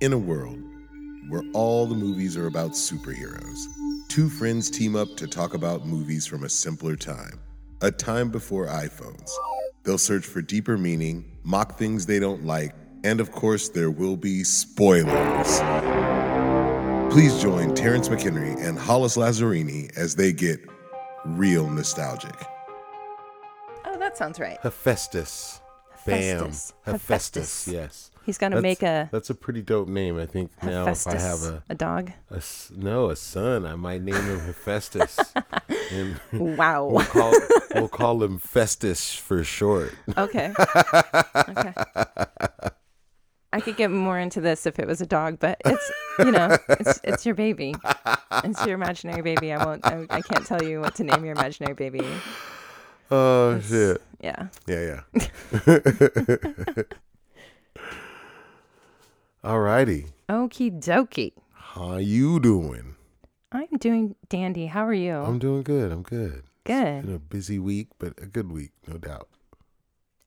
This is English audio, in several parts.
in a world where all the movies are about superheroes. Two friends team up to talk about movies from a simpler time, a time before iPhones. They'll search for deeper meaning, mock things they don't like, and of course, there will be spoilers. Please join Terrence McHenry and Hollis Lazzarini as they get real nostalgic. Oh, that sounds right. Hephaestus. Bam. Hephaestus. Hephaestus. Yes. He's gonna That's- make a That's a pretty dope name. I think now if I have Hephaestus, a, dog. a s- no a son, I might name him Hephaestus. and Wow. we'll call we'll call him Festus for short. okay. Okay. I could get more into this if it was a dog, but it's you know it's it's your baby. It's your imaginary baby. I won't. I, I can't tell you what to name your imaginary baby. Oh shit. Yeah. Yeah, yeah. Alrighty. Okie dokie. How you doing? I'm doing dandy. How are you? I'm doing good. I'm good. It's Good. been a busy week, but a good week, no doubt.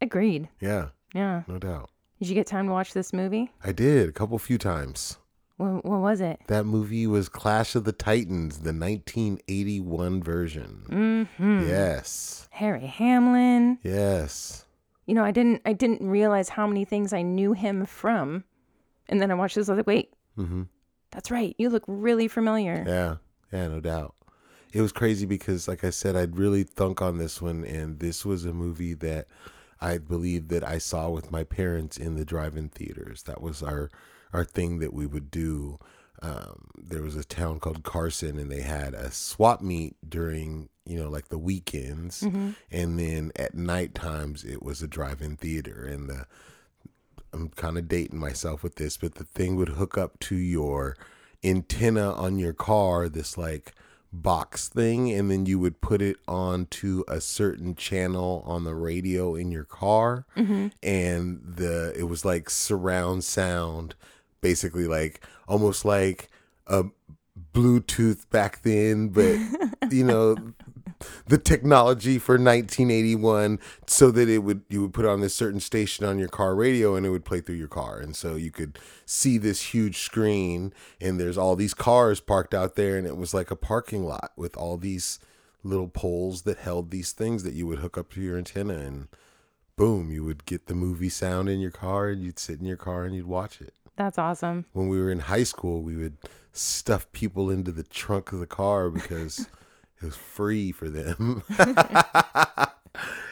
Agreed. Yeah, Yeah. no doubt. Did you get time to watch this movie? I did a couple few times. What, what was it? That movie was Clash of the Titans, the 1981 version. Mm-hmm. Yes. Harry Hamlin. Yes. You know, I didn't I didn't realize how many things I knew him from, and then I watched this. I was like, wait, Mm-hmm. that's right. You look really familiar. Yeah. Yeah, no doubt. It was crazy because like I said I'd really thunk on this one and this was a movie that I believe that I saw with my parents in the drive-in theaters. That was our our thing that we would do. Um, there was a town called Carson and they had a swap meet during, you know, like the weekends and then at night times it was a drive-in theater and the I'm kind of dating myself with this, but the thing would hook up to your antenna on your car, this like box thing, and then you would put it onto a certain channel on the radio in your car, and the it was like surround sound, basically like almost like a Bluetooth back then, but you know the technology for 1981 so that it would you would put on this certain station on your car radio and it would play through your car and so you could see this huge screen and there's all these cars parked out there and it was like a parking lot with all these little poles that held these things that you would hook up to your antenna and boom you would get the movie sound in your car and you'd sit in your car and you'd watch it That's awesome. when we were in high school, we would stuff people into the trunk of the car because it was free for them.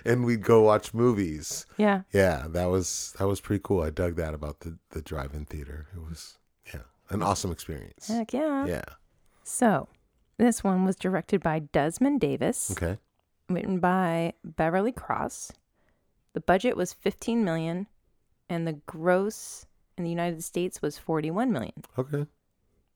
and we'd go watch movies. Yeah. Yeah, that was that was pretty cool. I dug that about the the drive-in theater. It was yeah, an awesome experience. Heck yeah. Yeah. So, this one was directed by Desmond Davis, Okay. written by Beverly Cross. The budget was 15 million, and the gross in the United States was 41 million. Okay.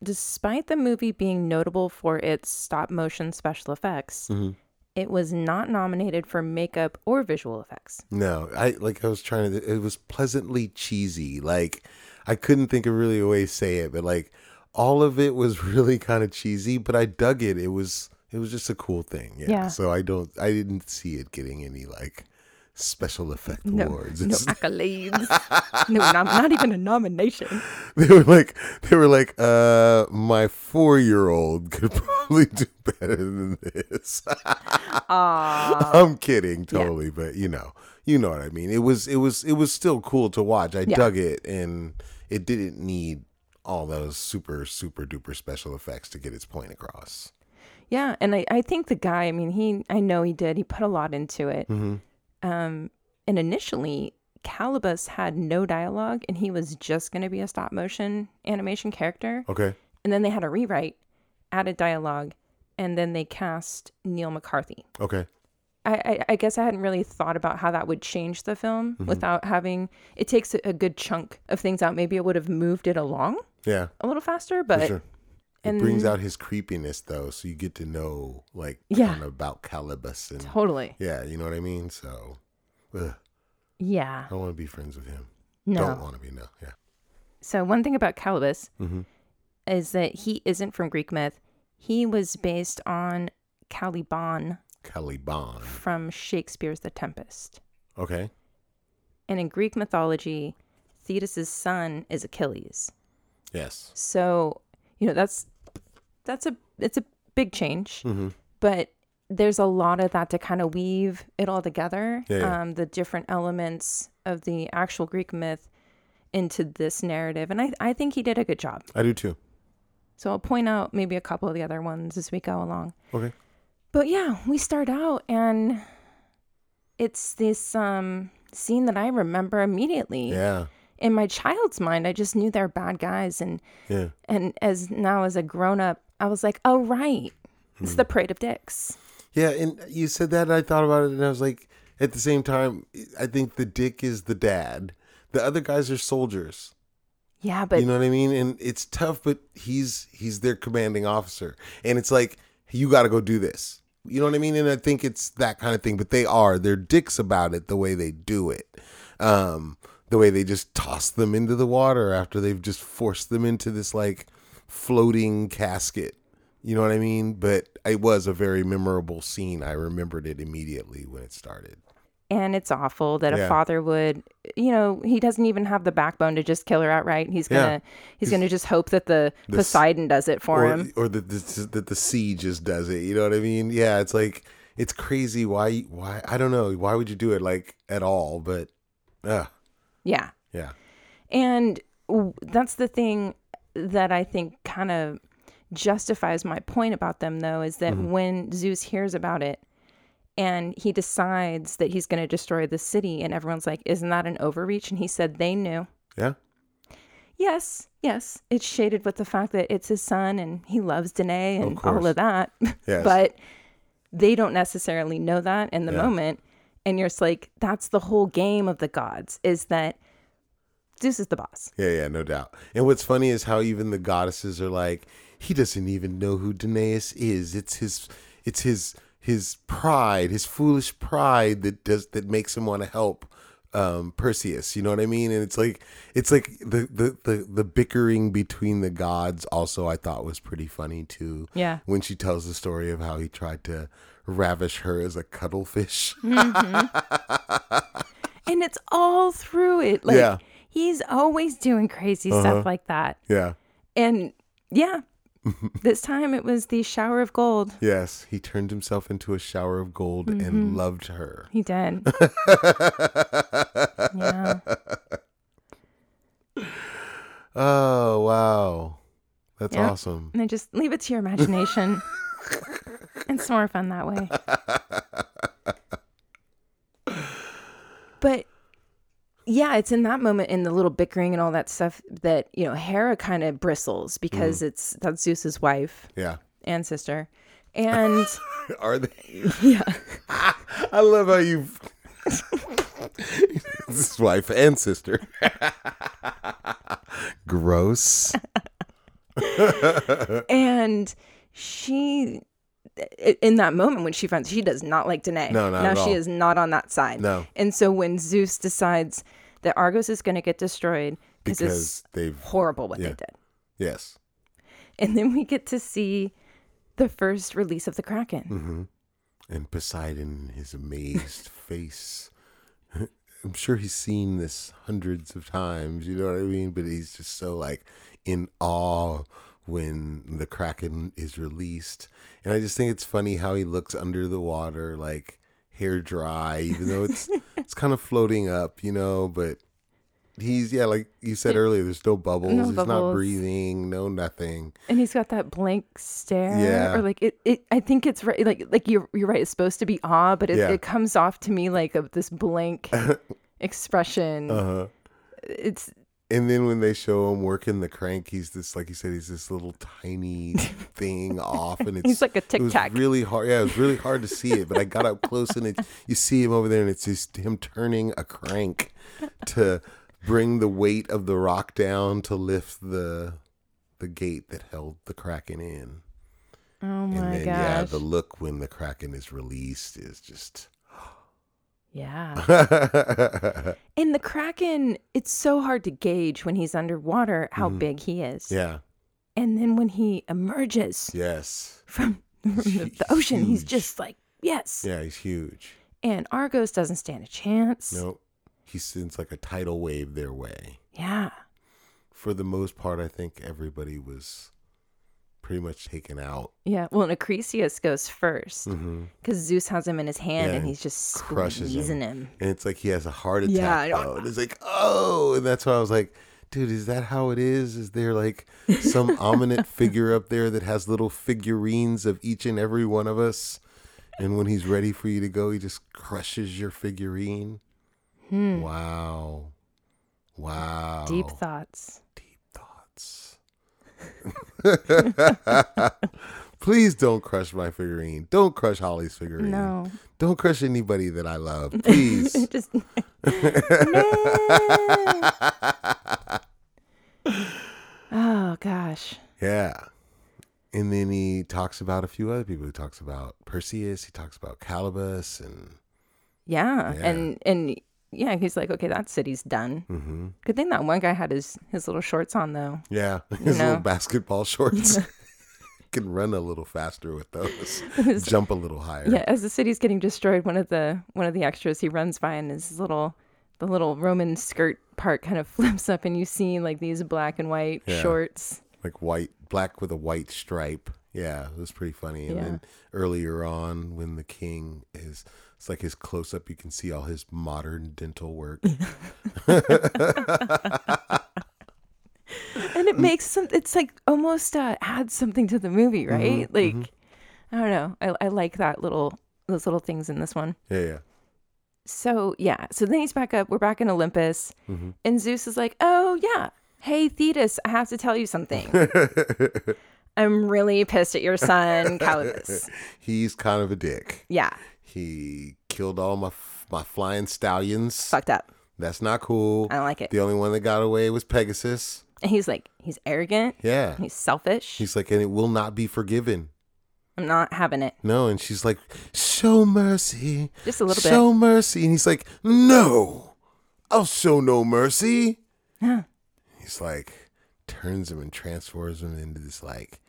Despite the movie being notable for its stop motion special effects, Mhm. it was not nominated for makeup or visual effects. No, I like I was trying to. It was pleasantly cheesy. Like I couldn't think of really a way to say it, but like all of it was really kind of cheesy. But I dug it. It was it was just a cool thing. Yeah. Yeah. So I don't. I didn't see it getting any like special effect No, awards. no It's- accolades. no, not, not even a nomination. They were like they were like uh my four year old could probably do better than this. Aww. I'm kidding, totally, but you know, you know what I mean. It was it was it was still cool to watch. I Yeah. dug it and it didn't need all those super super duper special effects to get its point across. Yeah, and I, I think the guy, I mean, he I know he did. He put a lot into it. Um, and initially, Calibus had no dialogue, and he was just going to be a stop motion animation character. Okay. And then they had a rewrite, added dialogue, and then they cast Neil McCarthy. Okay. I, I, I guess I hadn't really thought about how that would change the film Mm-hmm. without having it takes a, a good chunk of things out. Maybe it would have moved it along Yeah. a little faster, For but sure. and- it brings out his creepiness though, so you get to know like Yeah. kinda about Calibus and totally, Yeah, you know what I mean? So ugh, yeah, I don't want to be friends with him. no. Don't want to be no. Yeah. So one thing about Calibus Mhm. is that he isn't from Greek myth. He was based on Caliban Caliban. from Shakespeare's The Tempest. Okay. And in Greek mythology, Thetis' son is Achilles. Yes. So, you know, that's that's a it's a big change, Mhm. but there's a lot of that to kind of weave it all together. Yeah, yeah. Um, the different elements of the actual Greek myth into this narrative, and I I think he did a good job. I do too. So I'll point out maybe a couple of the other ones as we go along. Okay. But yeah, we start out and it's this um scene that I remember immediately. Yeah. In my child's mind, I just knew they're bad guys and Yeah. and as now as a grown up, I was like, "Oh right. It's Hmm. the parade of dicks." Yeah, and you said that, and I thought about it, and I was like, at the same time, I think the dick is the dad. The other guys are soldiers. Yeah, but you know what I mean? And it's tough, but he's he's their commanding officer, and it's like you got to go do this. You know what I mean? And I think it's that kind of thing. But they are they're dicks about it the way they do it, um, the way they just toss them into the water after they've just forced them into this like floating casket. You know what I mean? But it was a very memorable scene. I remembered it immediately when it started. and it's awful that Yeah. a father would, you know, he doesn't even have the backbone to just kill her outright. He's Yeah. going to he's going to just hope that the Poseidon does it for or, him. or that the, that the sea just does it. You know what I mean? Yeah, it's like it's crazy. Why? Why? I don't know. Why would you do it like at all? But uh, Yeah. yeah, And w- that's the thing that I think kind of justifies my point about them, though, is that Mm-hmm. when Zeus hears about it and he decides that he's going to destroy the city, and everyone's like, Isn't that an overreach? And he said, They knew. yeah, Yes, yes. It's shaded with the fact that it's his son and he loves Danae and all course. of that. Yes. But they don't necessarily know that in the moment. And you're just like, that's the whole game of the gods is that Zeus is the boss. yeah, yeah. No doubt. And what's funny is how even the goddesses are like, he doesn't even know who Danaus is. It's his. It's his. His pride, his foolish pride, that does that makes him want to help um, Perseus. You know what I mean? And it's like it's like the, the the the bickering between the gods. Also, I thought was pretty funny too. Yeah. when she tells the story of how he tried to ravish her as a cuttlefish. and it's all through it. Like Yeah. Uh-huh. he's always doing crazy stuff like that. yeah. And yeah, this time it was the shower of gold. Yes, he turned himself into a shower of gold and loved her. He did. yeah. Oh, wow. That's Yeah. awesome. And then just leave it to your imagination. it's more fun that way. But yeah, it's in that moment in the little bickering and all that stuff that, you know, Hera kind of bristles Mm. because it's that's Zeus's wife Yeah. and sister. And Are they? yeah. I love how you. this is wife and sister. Gross. And she i- in that moment when she finds she does not like Danae. No, not now at she all. is not on that side. No. And so when Zeus decides that Argos is going to get destroyed because it's Because they've. horrible what Yeah. they did. Yes. And then we get to see the first release of the Kraken. Mm-hmm. And Poseidon, his amazed face. I'm sure he's seen this hundreds of times, you know what I mean? But he's just so like in awe when the Kraken is released. And I just think it's funny how he looks under the water, like hair dry, even though it's it's kind of floating up, you know, but he's yeah, like you said earlier, there's no bubbles, he's not bubbles. breathing, no nothing. And he's got that blank stare. Yeah. Or like it, it I think it's right like like you're you're right, it's supposed to be awe, but it, Yeah. it comes off to me like of this blank expression. Uh-huh. It's And then when they show him working the crank, he's this, like you said, he's this little tiny thing off, and it's He's like a it was tic-tac. Really hard, yeah, it was really hard to see it, but I got up close, and it you see him over there, and it's just him turning a crank to bring the weight of the rock down to lift the the gate that held the kraken in. oh and my then yeah, gosh. the look when the kraken is released is just yeah. And the Kraken, it's so hard to gauge when he's underwater how big he is. Mm-hmm. yeah, And then when he emerges yes, from, from the, the ocean, he's just like, yes. yeah, he's huge. And Argos doesn't stand a chance. No, he sends like a tidal wave their way. Yeah. for the most part, I think everybody was pretty much taken out. Yeah. Well, and Acrisius goes first because Mm-hmm. Zeus has him in his hand Yeah, and he's just crushes him. squeezing him. And it's like he has a heart attack. Yeah, "Ah." I- though. And it's like, oh. And that's why I was like, dude, is that how it is? Is there like some ominous figure up there that has little figurines of each and every one of us? And when he's ready for you to go, he just crushes your figurine. Wow. Wow. Hmm. Deep thoughts. Deep thoughts. Please don't crush my figurine. Don't crush Holly's figurine. No. Don't crush anybody that I love. Please. just oh gosh. Yeah. And then he talks about a few other people. He talks about Perseus. He talks about Calibus, and Yeah. Yeah. And and yeah, he's like, okay, that city's done. hmm Good thing that one guy had his his little shorts on though. yeah, his know. little basketball shorts can run a little faster with those. His- Jump a little higher. Yeah, as the city's getting destroyed, one of the one of the extras he runs by and his little the little Roman skirt part kind of flips up and you see like these black and white Yeah. shorts. like white, black with a white stripe. Yeah, it was pretty funny. And Yeah. then earlier on, when the king is, it's like his close up. You can see all his modern dental work. And it makes some it's like almost uh adds something to the movie, right? like I don't know. I I like that little those little things in this one. yeah, yeah. So yeah, so then he's back up. We're back in Olympus, and Zeus is like, "Oh yeah, hey Thetis, I have to tell you something. I'm really pissed at your son, Calibus. He's kind of a dick. Yeah, He killed all my f- my flying stallions. fucked up. That's not cool. I don't like it." The only one that got away was Pegasus. And he's like, "He's arrogant. Yeah. He's selfish. She's like, and it will not be forgiven. I'm not having it. No, and she's like, show mercy. Just a little bit. Show mercy. And he's like, no, I'll show no mercy. Yeah. He's like, turns him and transforms him into this like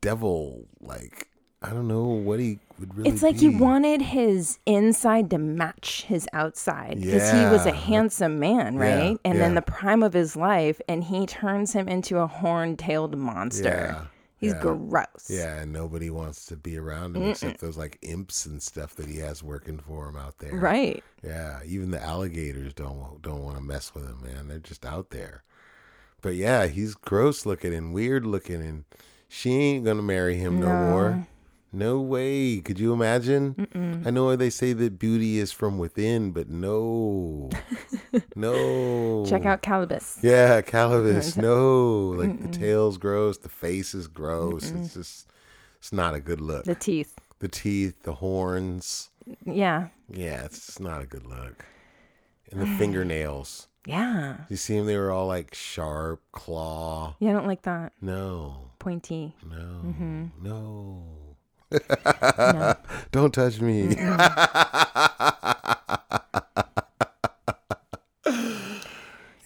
devil. Like, I don't know what he would really It's like he be. wanted his inside to match his outside because he was a Yeah. handsome man, Yeah, right? and then yeah. the prime of his life, and he turns him into a horn-tailed monster. Yeah, He's yeah. gross. Yeah, and nobody wants to be around him except those like imps and stuff that he has working for him out there. Right. Yeah, even the alligators don't don't want to mess with him, man. They're just out there. But yeah, he's gross looking and weird looking, and she ain't gonna marry him no, more. No way. Could you imagine? I know they say that beauty is from within, but no, no. Check out Calibus. Yeah, Calibus. No, like the tail's gross, the face is gross. It's just, it's not a good look. The teeth. the teeth, the horns. Yeah. Yeah, it's just not a good look. And the fingernails. Yeah. You see them? They were all like sharp, claw. Yeah, I don't like that. No, Pointy. no, Mm-hmm. no. Don't touch me.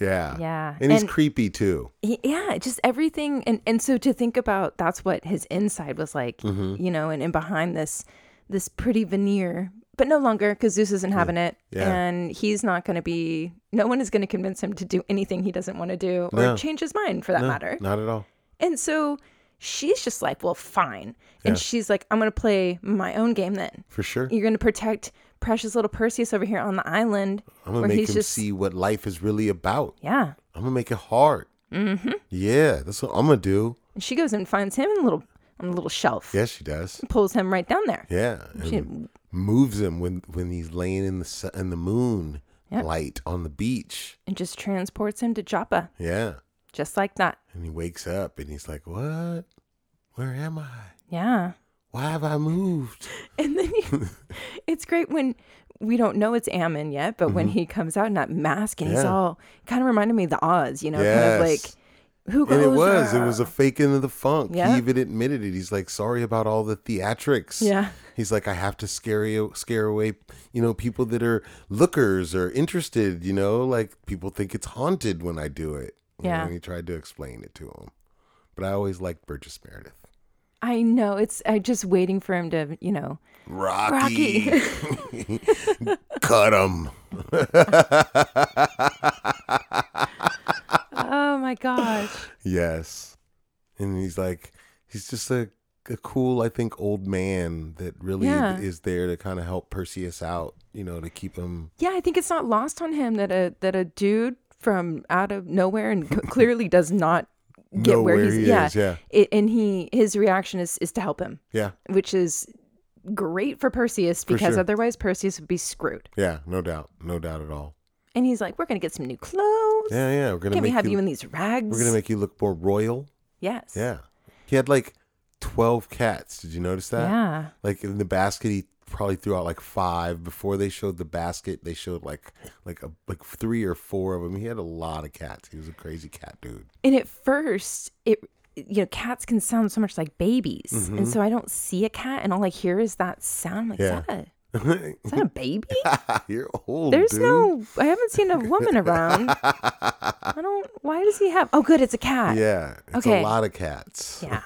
yeah. Yeah. Uh, And he's And- creepy too. Y- Yeah, just everything and, and so to think about that's what his inside was like, Mm-hmm. you know, and, and behind this this pretty veneer, but no longer because Zeus isn't having it. Yeah. And he's not gonna be no one is gonna convince him to do anything he doesn't want to do or No. change his mind for that No, matter. Not at all. And so she's just like, Well, fine. Yeah. And she's like, I'm gonna play my own game then. For sure. you're going to protect precious little Perseus over here on the island I'm going to where make he's him just see what life is really about. yeah. I'm going to make it hard. Mm-hmm. Yeah, that's what I'm going to do. And she goes and finds him in a little on a little shelf, Yes, she does. pulls him right down there. Yeah, She- and moves him when when he's laying in the sun, in the moon Yeah. light on the beach. And just transports him to Joppa, Yeah, just like that. and he wakes up and he's like, "What? Where am I? Yeah. Why have I moved?" And then you, it's great when we don't know it's Ammon yet, but when he comes out in that mask and he's Yeah. all kind of reminded me of the odds, you know, kind Yes. of like who goes And it was it there? was a faking of the funk. Yeah. He even admitted it. He's like, "Sorry about all the theatrics." Yeah. He's like, "I have to scare you, scare away, you know, people that are lookers or interested. You know, like people think it's haunted when I do it." You Yeah. know, and he tried to explain it to him, but I always liked Burgess Meredith. I know. It's I just waiting for him to, you know, Rocky. Cut him. oh my my gosh. Yes. And he's like, he's just a, a cool, I think, old man that really Yeah. is there to kind of help Perseus out, you know, to keep him. Yeah, I think it's not lost on him that a that a dude from out of nowhere and c- clearly does not get Know where where he's he yeah, is, yeah. It, and he his reaction is is to help him, Yeah. which is great for Perseus because sure. otherwise Perseus would be screwed. Yeah. No doubt. No doubt at all. And he's like, "We're gonna get some new clothes. Yeah. Yeah. We're going to Can't we make have you, you, in these rags? we're going to make you look more royal. yes, Yeah. He had like 12 cats. Did you notice that? yeah, Like in the basket, he probably threw out like five before they showed the basket. They showed like, like a, like three or four of them. He had a lot of cats. He was a crazy cat dude. And at first, it you know, cats can sound so much like babies, and so I don't see a cat, and all I hear is that sound. I'm like, Mm-hmm. Yeah. is, that a, is that a baby? Ah, You're old. There's dude. no. I haven't seen a woman around. I don't. Why does he have? Oh, good. It's a cat. Yeah, it's Okay. a lot of cats. Yeah.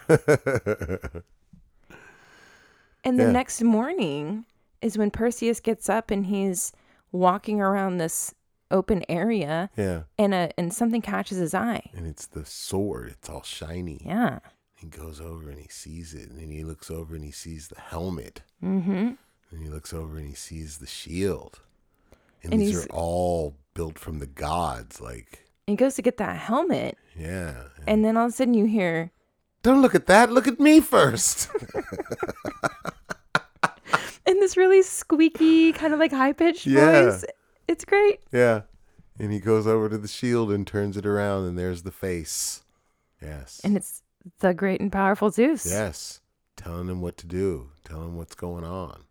and the Yeah. next morning is when Perseus gets up and he's walking around this open area, Yeah, and a and something catches his eye. and it's the sword. It's all shiny. Yeah. He goes over and he sees it, and then he looks over and he sees the helmet, Mm-hmm. and he looks over and he sees the shield, and, And these he's- are all built from the gods. Like, He goes to get that helmet, yeah, and then all of a sudden you hear don't look at that. Look at me first. in this really squeaky, kind of like high pitched Yeah. voice. It's great. yeah, and he goes over to the shield and turns it around, and there's the face. Yes. And it's the great and powerful Zeus. Yes. Telling him what to do, telling him what's going on.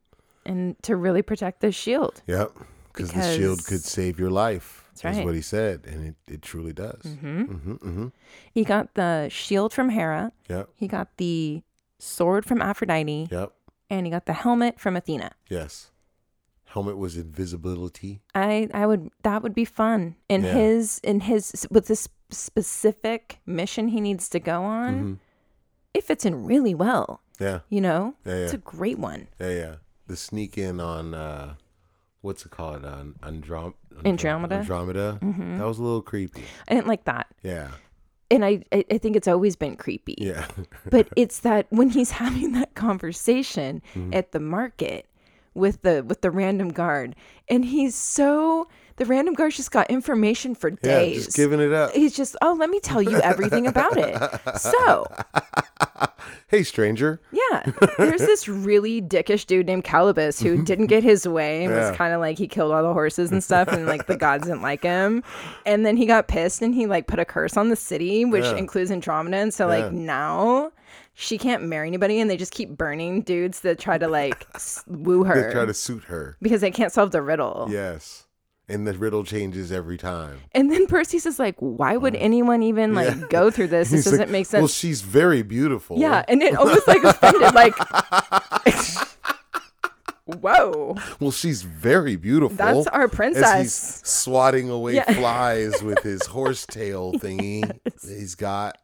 And to really protect this shield. Yep. Because the shield could Because- save your life. That's Is right. what he said. And it, it truly does. Mm-hmm. Mm-hmm, He got the shield from Hera. Yep. He got the sword from Aphrodite Yep. and he got the helmet from Athena. Yes. Helmet was invisibility. I I would that would be fun. In Yeah. his in his with this specific mission he needs to go on. Mm-hmm. It fits in really well, Yeah. you know? Yeah, yeah. It's a great one. Yeah. Yeah. The sneak in on, uh, what's it called? On Androm- Androm- Andromeda? Mm-hmm. Andromeda. That was a little creepy. I didn't like that. Yeah. And I I, I think it's always been creepy. Yeah. but it's that when he's having that conversation Mm-hmm. at the market with the with the random guard and he's so the random guard's just got information for yeah. days Just giving it up. he's just oh let me tell you everything about it so Hey, stranger. yeah there's this really dickish dude named calibus who didn't get his way and Mm-hmm. Yeah. was kind of like he killed all the horses and stuff and like the gods didn't like him and then he got pissed and he like put a curse on the city which Yeah. includes andromeda and so Yeah. like now she can't marry anybody and they just keep burning dudes that try to like s- woo her They try to suit her. because they can't solve the riddle Yes. And the riddle changes every time. and then perseus is like why would anyone even like go through this this Mm. He's like, doesn't make sense Well, she's very beautiful. Yeah, and it almost like offended, like, whoa, Well, she's very beautiful. That's our As he's princess. swatting away Yeah. flies with his horse tail thingy that he's got.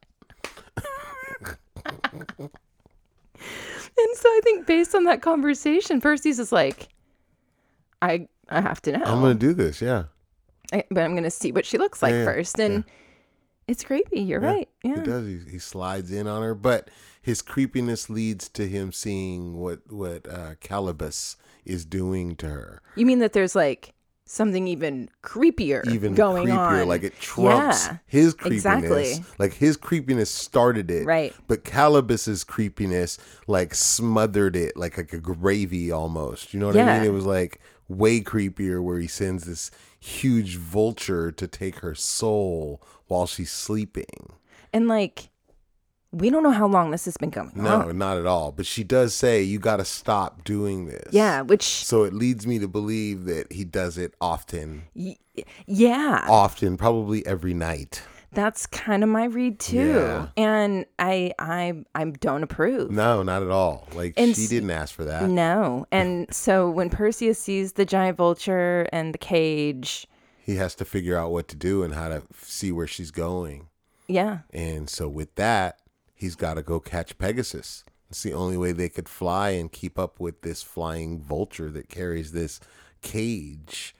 and so I think based on that conversation, Percy's is like, I I have to know, I'm gonna do this. Yeah, I- but I'm gonna see what she looks like Um, Yeah, yeah, first, and it's creepy. You're right. he Yeah, does. He, he slides in on her, but his creepiness leads to him seeing what what uh, Calibus is doing to her. you mean that there's like something even creepier, Even going creepier, on, like it trumps Yeah. his creepiness. exactly. Like his creepiness started it, Right. But Calibus's creepiness like smothered it, like like a gravy almost. You know what I Yeah. mean? It was like way creepier, where he sends this huge vulture to take her soul while she's sleeping. and like we don't know how long this has been going on. No, not at all. But she does say you got to stop doing this. Yeah, which So it leads me to believe that he does it often, y- yeah, often, probably every night. That's kind of my read too. Yeah. And I I I don't approve. No, not at all. Like And she s- Mm. didn't ask for that. No. And so when Perseus sees the giant vulture and the cage, he has to figure out what to do and how to f- see where she's going. yeah. And so with that, he's got to go catch Pegasus. It's the only way they could fly and keep up with this flying vulture that carries this cage.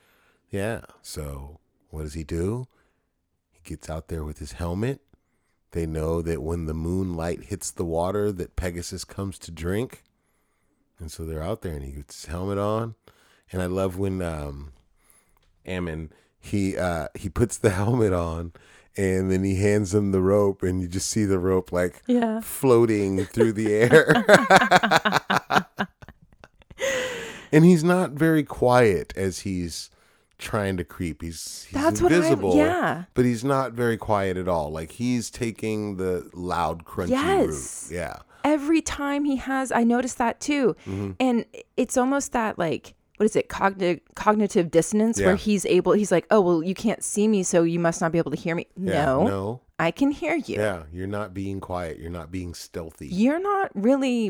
Yeah. So what does he do? He gets out there with his helmet. They know that when the moonlight hits the water that Pegasus comes to drink. And so they're out there and he gets his helmet on. And I love when um Ammon he uh he puts the helmet on and then he hands him the rope and you just see the rope like Yeah. floating through the air. and he's not very quiet as he's trying to creep. He's, he's That's what I- invisible. yeah. But he's not very quiet at all. Like he's taking the loud crunchy Yes. route. Yeah. Every time he has, I noticed that too. Mm-hmm. And it's almost that like, what is it, cognitive cognitive dissonance Yeah. where he's able, he's like, oh, well, you can't see me, so you must not be able to hear me. Yeah. no, No. I can hear you. Yeah. You're not being quiet. You're not being stealthy. You're not really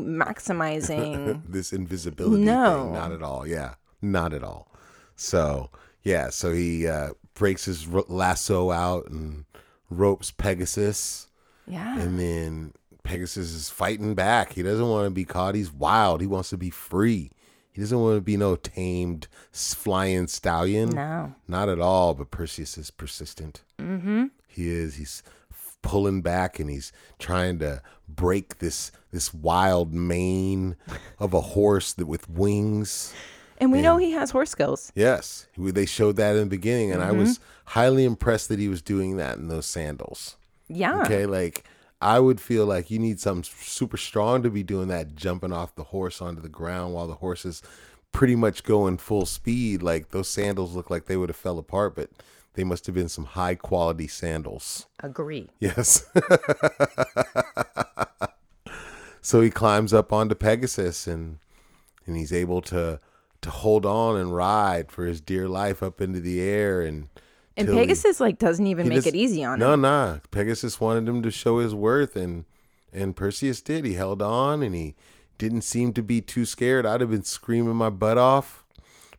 maximizing this invisibility No. thing. Not at all. Yeah. Not at all. So, yeah. So he uh, breaks his r- lasso out and ropes Pegasus. Yeah. And then Pegasus is fighting back. He doesn't want to be caught. He's wild. He wants to be free. He doesn't want to be no tamed s- flying stallion. no. Not at all. But Perseus is persistent. Mm-hmm. He is. He's f- pulling back and he's trying to break this this wild mane of a horse that with wings. And we know he has horse skills. Yes, we- they showed that in the beginning, and I was highly impressed that he was doing that in those sandals. Yeah. Okay, like I would feel like you need something super strong to be doing that, jumping off the horse onto the ground while the horse is pretty much going full speed. Like those sandals look like they would have fell apart, but they must have been some high quality sandals. Agree. Yes. so he climbs up onto Pegasus and and he's able to to hold on and ride for his dear life up into the air and And till he- Pegasus like doesn't even he make just- it easy on him. no, nah. Pegasus wanted him to show his worth, and and Perseus did. He held on, and he didn't seem to be too scared. I'd have been screaming my butt off,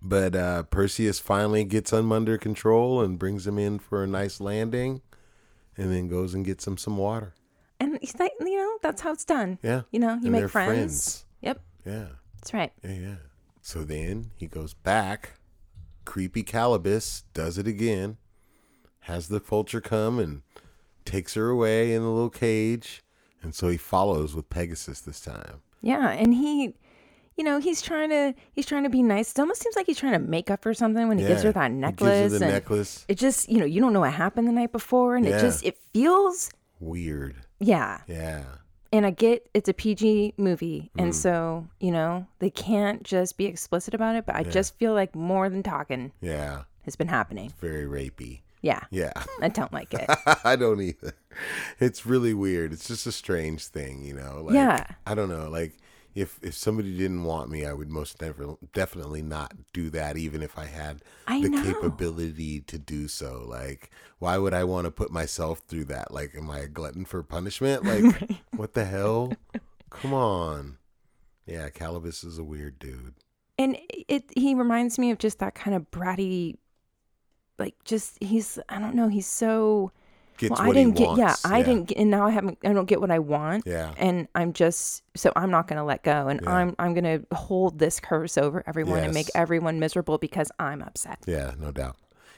but uh, Perseus finally gets him under control and brings him in for a nice landing, and then goes and gets him some water. And he's like, you know, that's how it's done. Yeah, You know, you and they're make friends. friends. Yep. Yeah, That's right. yeah, yeah. So then he goes back. Creepy Calibus does it again. Has the vulture come and takes her away in the little cage. And so he follows with Pegasus this time. Yeah. And he you know, he's trying to he's trying to be nice. It almost seems like he's trying to make up for something when he gives Yeah, her that he gives necklace. her the and necklace. It just you know, you don't know what happened the night before and Yeah. it just it feels Weird. yeah. Yeah. And I get it's a PG movie Mm. and so, you know, they can't just be explicit about it, but I just feel like more than talking Yeah. has been happening. Very rapey. Yeah. Yeah. I don't like it. I don't either. It's really weird. It's just a strange thing, you know. Like, Yeah. I don't know. Like if if somebody didn't want me, I would most never definitely not do that, even if I had I the know. capability to do so. Like, why would I want to put myself through that? Like, am I a glutton for punishment? Like, what the hell? Come on. Yeah, Calibus is a weird dude. and it he reminds me of just that kind of bratty like just he's i don't know he's so Gets well i what he didn't get yeah wants. i didn't get and now i haven't i don't get what i want Yeah. and i'm just so i'm not going to let go and Yeah. i'm i'm going to hold this curse over everyone and make Yes. everyone miserable because i'm upset Yeah, no doubt.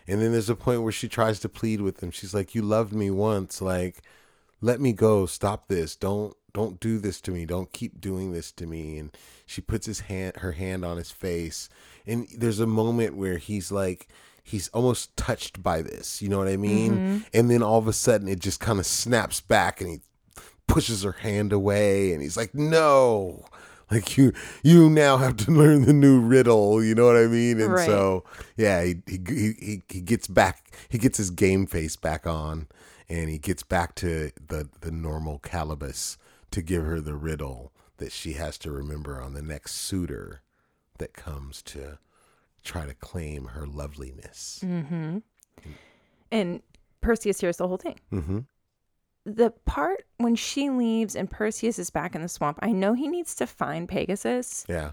And then there's a point where she tries to plead with him. She's like, "You loved me once. Like, let me go. Stop this. Don't don't do this to me. Don't keep doing this to me." And she puts his hand her hand on his face. And there's a moment where he's like he's almost touched by this. You know what I mean? And then all of a sudden it just kind of snaps back and he pushes her hand away and he's like no like you you now have to learn the new riddle you know what i mean and Right. so yeah he, he he he gets back he gets his game face back on and he gets back to the the normal calibus to give her the riddle that she has to remember on the next suitor that comes to try to claim her loveliness and perseus hears the whole thing mm-hmm. the part when she leaves and perseus is back in the swamp i know he needs to find pegasus yeah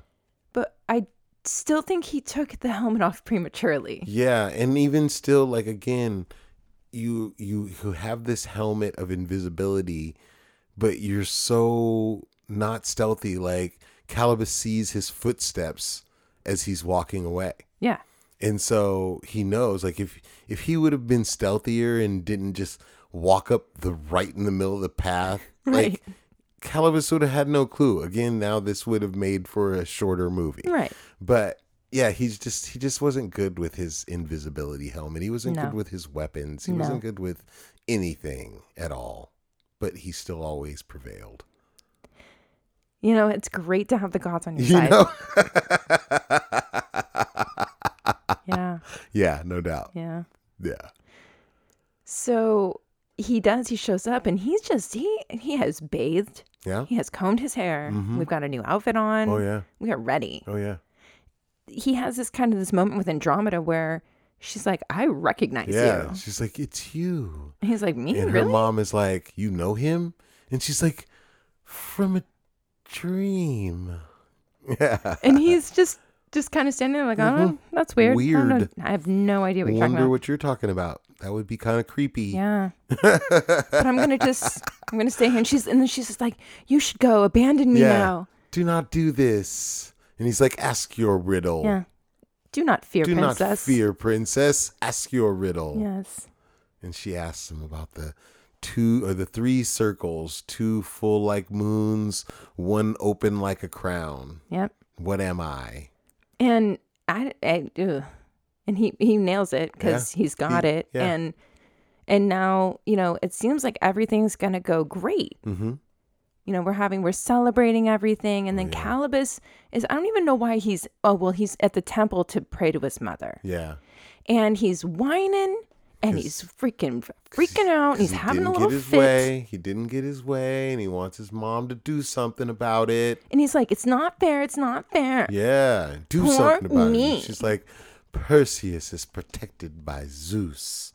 but i still think he took the helmet off prematurely Yeah, and even still, like again, you you you have this helmet of invisibility, but you're so not stealthy. Like Calibus sees his footsteps as he's walking away, yeah And so he knows like if if he would have been stealthier and didn't just walk up the right in the middle of the path, Right. like Calavis would have had no clue. Again, now this would have made for a shorter movie. Right. But yeah, he's just he just wasn't good with his invisibility helmet. He wasn't No. good with his weapons. He No. wasn't good with anything at all. But he still always prevailed. You know, it's great to have the gods on your You side. know? Yeah. yeah, no doubt. Yeah. Yeah. So he does. He shows up, and he's just he he has bathed. Yeah. Mm-hmm. He has combed his hair. We've got a new outfit on. Oh yeah. We are ready. Oh yeah. He has this kind of this moment with Andromeda where she's like, "I recognize Yeah. you." She's like, It's you. And he's like, "Me And her really?" mom is like, You know him? And she's like, From a dream. Yeah. and he's just just kind of standing there like, "Oh, that's weird. I don't know- Mm-hmm. Weird. I have no idea what you're talking Wonder about." what you're talking about. That would be kind of creepy. Yeah. but I'm gonna just I'm gonna stay here. And she's and then she's just like, You should go, abandon me now. Do not do this. And he's like, Ask your riddle. Yeah. Do not fear, Do princess. not fear, princess. Ask your riddle. Yes. And she asks him about the two or the three circles, two full like moons, one open like a crown. Yep. What am I? And I, I ugh. and he he nails it because he's got He- it. yeah. And and now, you know, it seems like everything's gonna go great. Mm-hmm. You know, we're having we're celebrating everything. And then Calibus is I don't even know why he's oh well, he's at the temple to pray to his mother. Yeah. and he's whining and he's freaking freaking out Oh, and he's he having a didn't little get his fit way. He didn't get his way, and he wants his mom to do something about it. and he's like it's not fair it's not fair Yeah, do Poor something about me. it. She's like, Perseus is protected by Zeus,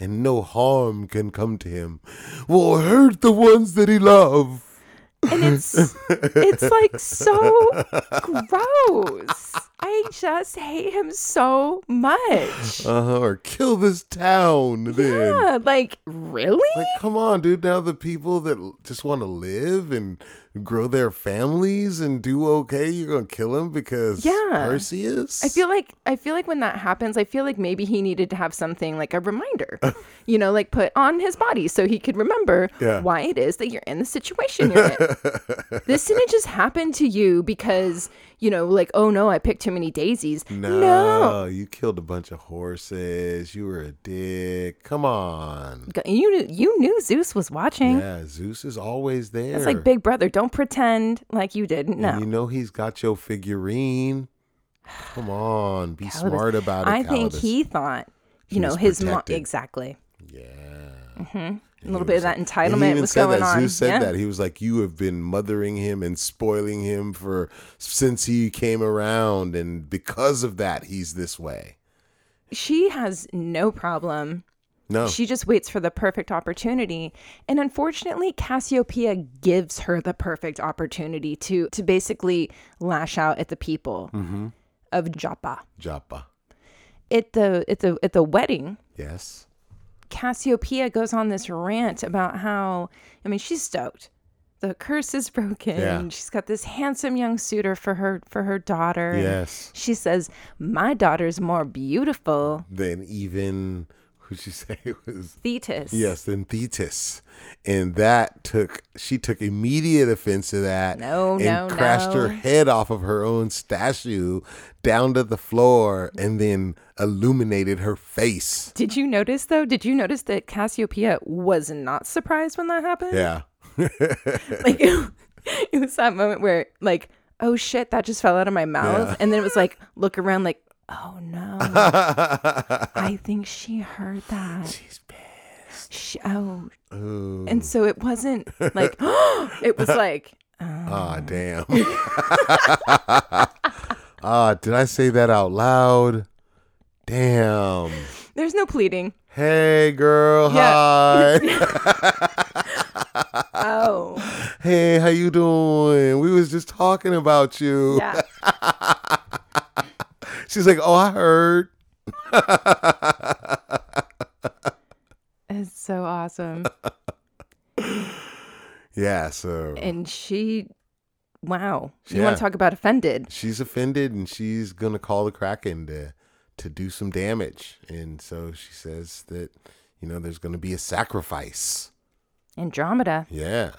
and no harm can come to him, or hurt the ones that he loves. and it's it's like so gross i just hate him so much Uh-huh, or kill this town. Then, yeah, like really like, come on, dude. Now the people that l- just want to live and grow their families and do okay, you're gonna kill him because Yeah. Perseus. I feel like I feel like when that happens, I feel like maybe he needed to have something like a reminder, you know, like put on his body so he could remember Yeah. why it is that you're in the situation you're in. this didn't just happen to you because you know, like oh no, I picked too many daisies. No, you killed a bunch of horses. You were a dick. Come on. G- you knew- you knew Zeus was watching. Yeah, Zeus is always there. It's like Big Brother. Don't pretend like you didn't know. And you know he's got your figurine. Come on, be Calibus. smart about it. I think Calibus. he thought, you know, was his mom protected. exactly. Yeah. A little bit of that And he entitlement even was said going that. on. Zeus said yeah. that he was like, "You have been mothering him and spoiling him for since he came around, and because of that, he's this way." She has no problem No, She just waits for the perfect opportunity. And unfortunately, Cassiopeia gives her the perfect opportunity to to basically lash out at the people Mm-hmm. of Joppa. Joppa. At the at the at the wedding, Yes. Cassiopeia goes on this rant about how I mean she's stoked. The curse is broken. Yeah. She's got this handsome young suitor for her for her daughter. And Yes. She says, My daughter's more beautiful. Then even who'd you say it was? Thetis. Yes, then Thetis. And that took she took immediate offense to that. No, and no, crashed her no. head off of her own statue down to the floor and then illuminated her face. Did you notice though? Did you notice that Cassiopeia was not surprised when that happened? Yeah. Like it, was that moment where like, oh shit, that just fell out of my mouth. And then it was like, look around like, oh no. I think she heard that. She's pissed. She, oh. Ooh. And so it wasn't like it was like Ah, damn. ah, did I say that out loud? Damn. there's no pleading. Hey girl, hi. Oh. hey, how you doing? We was just talking about you. Yeah. She's like, "Oh, I heard." It's so awesome. Yeah, so And she wow. You Yeah. want to talk about offended. she's offended and she's gonna call the Kraken to to do some damage. And so she says that, you know, there's going to be a sacrifice. Andromeda. Yeah.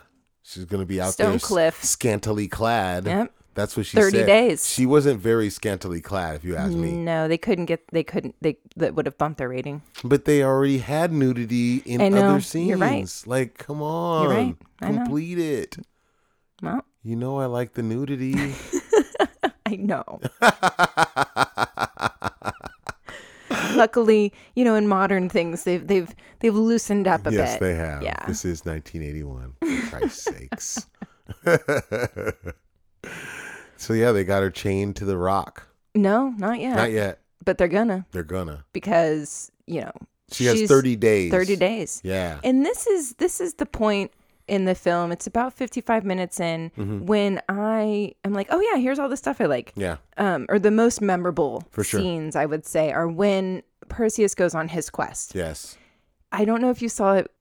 She's going to be out there s- Stonecliff. scantily clad. Yep. That's what she 30 said. days. She wasn't very scantily clad, if you ask me. No, they couldn't get. They couldn't. They that would have bumped their rating. But they already had nudity in Mm-hmm. I know. other scenes. You're right. Like, come on. right. I know. Complete it. Well, You know I like the nudity. I know. Luckily, you know, in modern things, they've they've they've loosened up a yes, bit. they have. Yeah. This is 1981. For Christ's sakes. so yeah, they got her chained to the rock. No, not yet. Not yet. But they're gonna They're gonna. because you know She has She's 30 days. thirty days. Yeah. And this is this is the point in the film. It's about fifty five minutes in Mm-hmm. when I am like, oh yeah, here's all the stuff I like. yeah. um, or the most memorable For sure. scenes, I would say, are when Perseus goes on his quest. Yes. I don't know if you saw it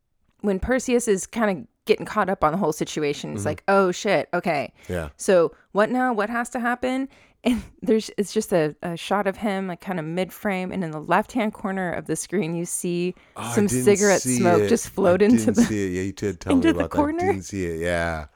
when Perseus is kind of getting caught up on the whole situation. Mm-hmm. It's like, oh shit, okay. Yeah. So what now? What has to happen? And there's it's just a, a shot of him like kind of mid frame, and in the left hand corner of the screen you see Oh, I some didn't cigarette see smoke it. just I float into didn't the see it. Yeah, you did tell into me the about corner. that. I didn't see it. Yeah.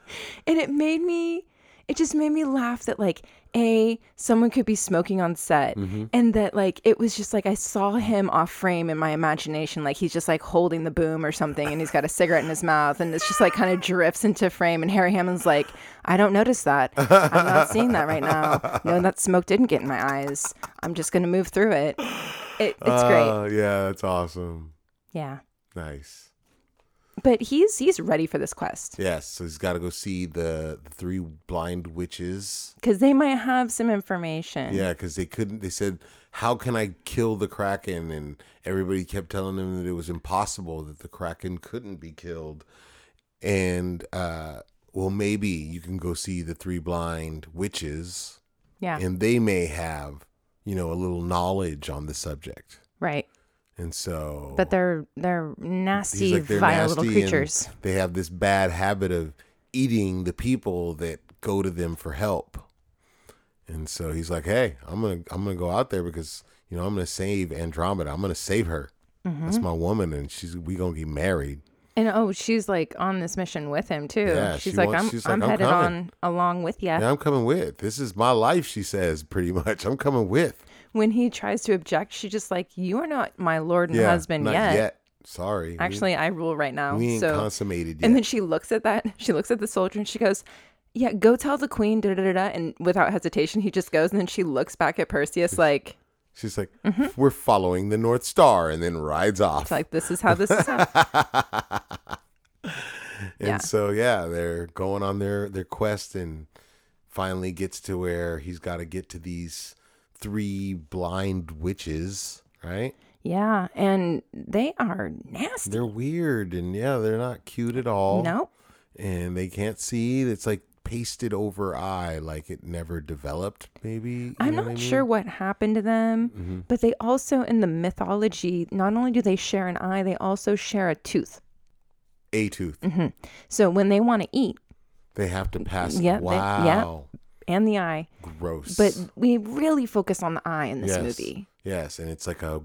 and it made me it just made me laugh that like a someone could be smoking on set and that like it was just like i saw him off frame in my imagination like he's just like holding the boom or something and he's got a cigarette in his mouth and it's just like kind of drifts into frame and harry hammond's like i don't notice that i'm not seeing that right now no that smoke didn't get in my eyes i'm just gonna move through it, it it's great Oh, yeah, that's awesome. yeah Nice. but he's he's ready for this quest Yes, so he's got to go see the, the three blind witches. because they might have some information Yeah, because they couldn't. They said, "How can I kill the kraken?" And everybody kept telling them that it was impossible that the kraken couldn't be killed. And uh, well, maybe you can go see the three blind witches, yeah and they may have, you know, a little knowledge on the subject. right And so, But they're they're he's nasty, like, "They're vile little nasty and creatures. They have this bad habit of eating the people that go to them for help. And so he's like, "Hey, I'm gonna I'm gonna go out there because you know I'm gonna save Andromeda. I'm gonna save her. Mm-hmm. That's my woman, and she's we gonna get married. And, oh, she's like on this mission with him too. Yeah, she she's, like, wants- I'm, she's like, I'm, "I'm headed coming." on along with you. And I'm coming with. This is my life." She says, pretty much, "I'm coming with." When he tries to object, she's just like, You are not my lord and husband not yet. Sorry, we- Actually, I rule right now. we, ain't so consummated yet. and then she looks at that. She looks at the soldier and she goes, Yeah, go tell the queen. Da da da. da," And without hesitation, he just goes. And then she looks back at Perseus like, she's like, Mm-hmm. "We're following the North Star," and then rides off. it's like This is how this is. How. And Yeah. so yeah, they're going on their their quest and finally gets to where he's got to get to these three blind witches, right? yeah, and they are nasty. They're weird and yeah, they're not cute at all. No, And they can't see. It's like pasted over eye like it never developed maybe. you know what I'm not I mean? sure what Mm-hmm. happened to them, but they also, in the mythology, not only do they share an eye, they also share a tooth. A tooth. Mm-hmm. So when they want to eat They have to pass Yeah, they- yeah. wow. and the eye, Gross. but we really focus on the eye in this yes. movie. Yes, and it's like a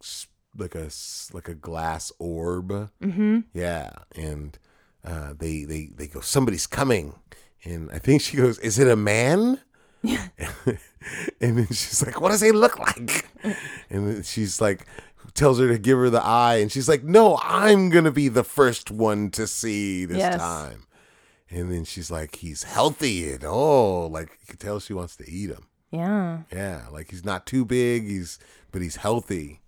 s- like a s- like a glass orb. Mm-hmm. Yeah, and uh, they they they go, somebody's coming, and I think she goes, "Is it a man?" and then she's like, "What does he look like?" And then she's like, tells her to give her the eye, and she's like, "No, I'm gonna be the first one to see this Yes. time." And then she's like, "He's healthy, and oh, like you can tell she wants to eat him. Yeah. Yeah, like he's not too big, he's but he's healthy."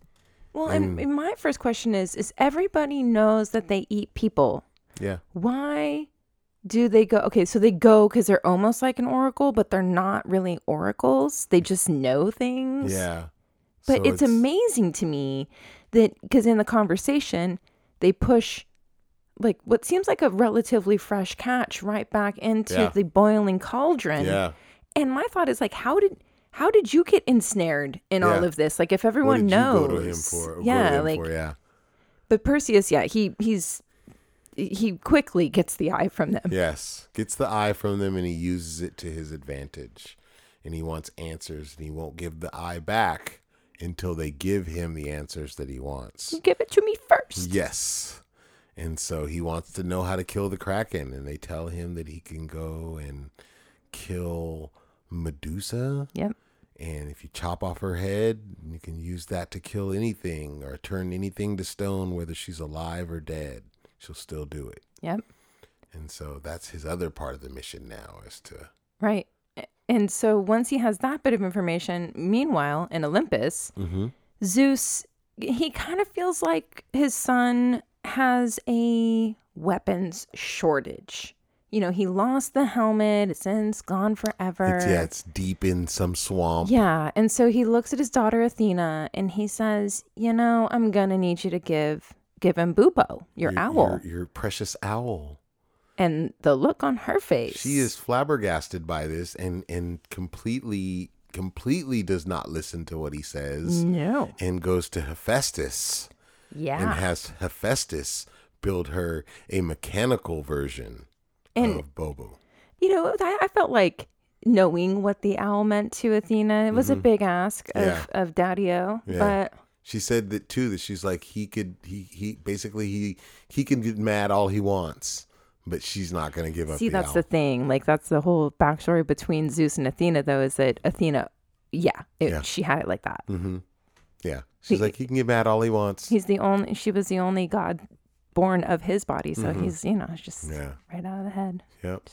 Well, and, and my first question is: Is everybody knows that they eat people? Yeah, Why do they go? Okay, so they go because they're almost like an oracle, but they're not really oracles. They just know things. yeah. But So it's, amazing to me that because in the conversation they push like what seems like a relatively fresh catch right back into Yeah. the boiling cauldron. Yeah. And my thought is like, how did how did you get ensnared in all Yeah. of this? Like, if What everyone did knows, you go to him for? yeah, go to him like, for, yeah, but Perseus, yeah, he he's he quickly gets the eye from them. yes, gets the eye from them and he uses it to his advantage, and he wants answers and he won't give the eye back, until they give him the answers that he wants. Give it to me first. Yes. And so he wants to know how to kill the Kraken, and they tell him that he can go and kill Medusa. Yep. And if you chop off her head, you can use that to kill anything or turn anything to stone, whether she's alive or dead. She'll still do it. Yep. And so that's his other part of the mission now is to Right. A- And so once he has that bit of information, meanwhile, in Olympus, Zeus, he kind of feels like his son has a weapons shortage. You know, he lost the helmet, it's in, it's gone forever. it's, yeah, it's deep in some swamp. Yeah. And so he looks at his daughter Athena and he says, You know, I'm going to need you to give give him Bubo, your, owl. Your, your precious owl. And the look on her face. She is flabbergasted by this and and completely completely does not listen to what he says No. and goes to Hephaestus and Yeah. has Hephaestus build her a mechanical version And- of Bobo. you know, I, I felt like knowing what the owl meant to Athena, it was a big ask of, Mm-hmm. Yeah. of Daddio. Yeah. But She said that too that she's like he could he he basically he he can get mad all he wants, but she's not going to give up see, the that's owl. the thing. Like, that's the whole backstory between Zeus and Athena, though, is that Athena, yeah, it, Yeah. Mm. she had it like that. yeah. She's like he can get mad all he wants. He's the only, she was the only god born of his body. So he's, you know, it's just Mm-hmm. Yeah. right out of the head. Yep.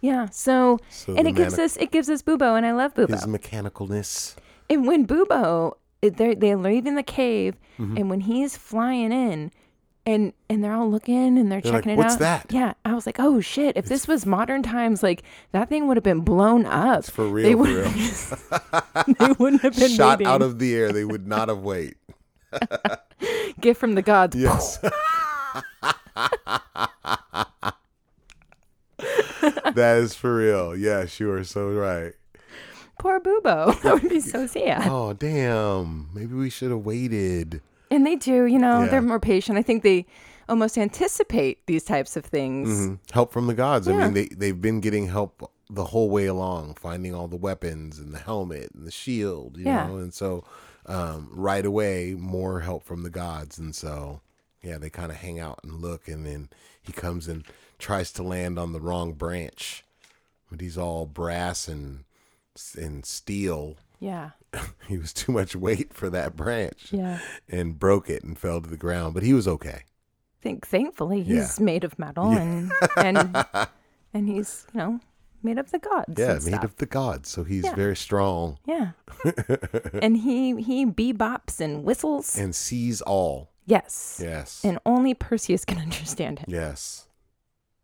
Yeah. So, So and the it gives mani- us, it gives us Bubo, and I love Bubo. His mechanicalness. And when Bubo, they're they're leaving the cave, Mm-hmm. and when he's flying in, and and they're all looking and they're, They're like, checking it "What's out. that?" Yeah, I was like, oh shit! If this was modern times, like that thing would have been blown up. for real, They for would. they wouldn't have been shot waiting. out of the air. They would not have wait. gift from the gods. Yes. that is for real. Yes, you are so right. Poor Bubo. That would be so sad. Oh damn. Maybe we should have waited. And they do, you know, Yeah. they're more patient. I think they almost anticipate these types of things. Mhm. Help from the gods. I Yeah. mean, they they've been getting help the whole way along, finding all the weapons and the helmet and the shield, you Yeah. know. And so, um, right away, more help from the gods. And so, yeah, they kind of hang out and look, and then he comes and tries to land on the wrong branch, but he's all brass and and steel. Yeah, He was too much weight for that branch, yeah. and broke it and fell to the ground. But he was okay. think thankfully Yeah. he's made of metal and and and he's you know made of the gods. Yeah, and made stuff. of the gods, so he's Yeah. very strong. Yeah, and he he bebops and whistles. and sees all. yes, Yes. and only Perseus can understand him. yes.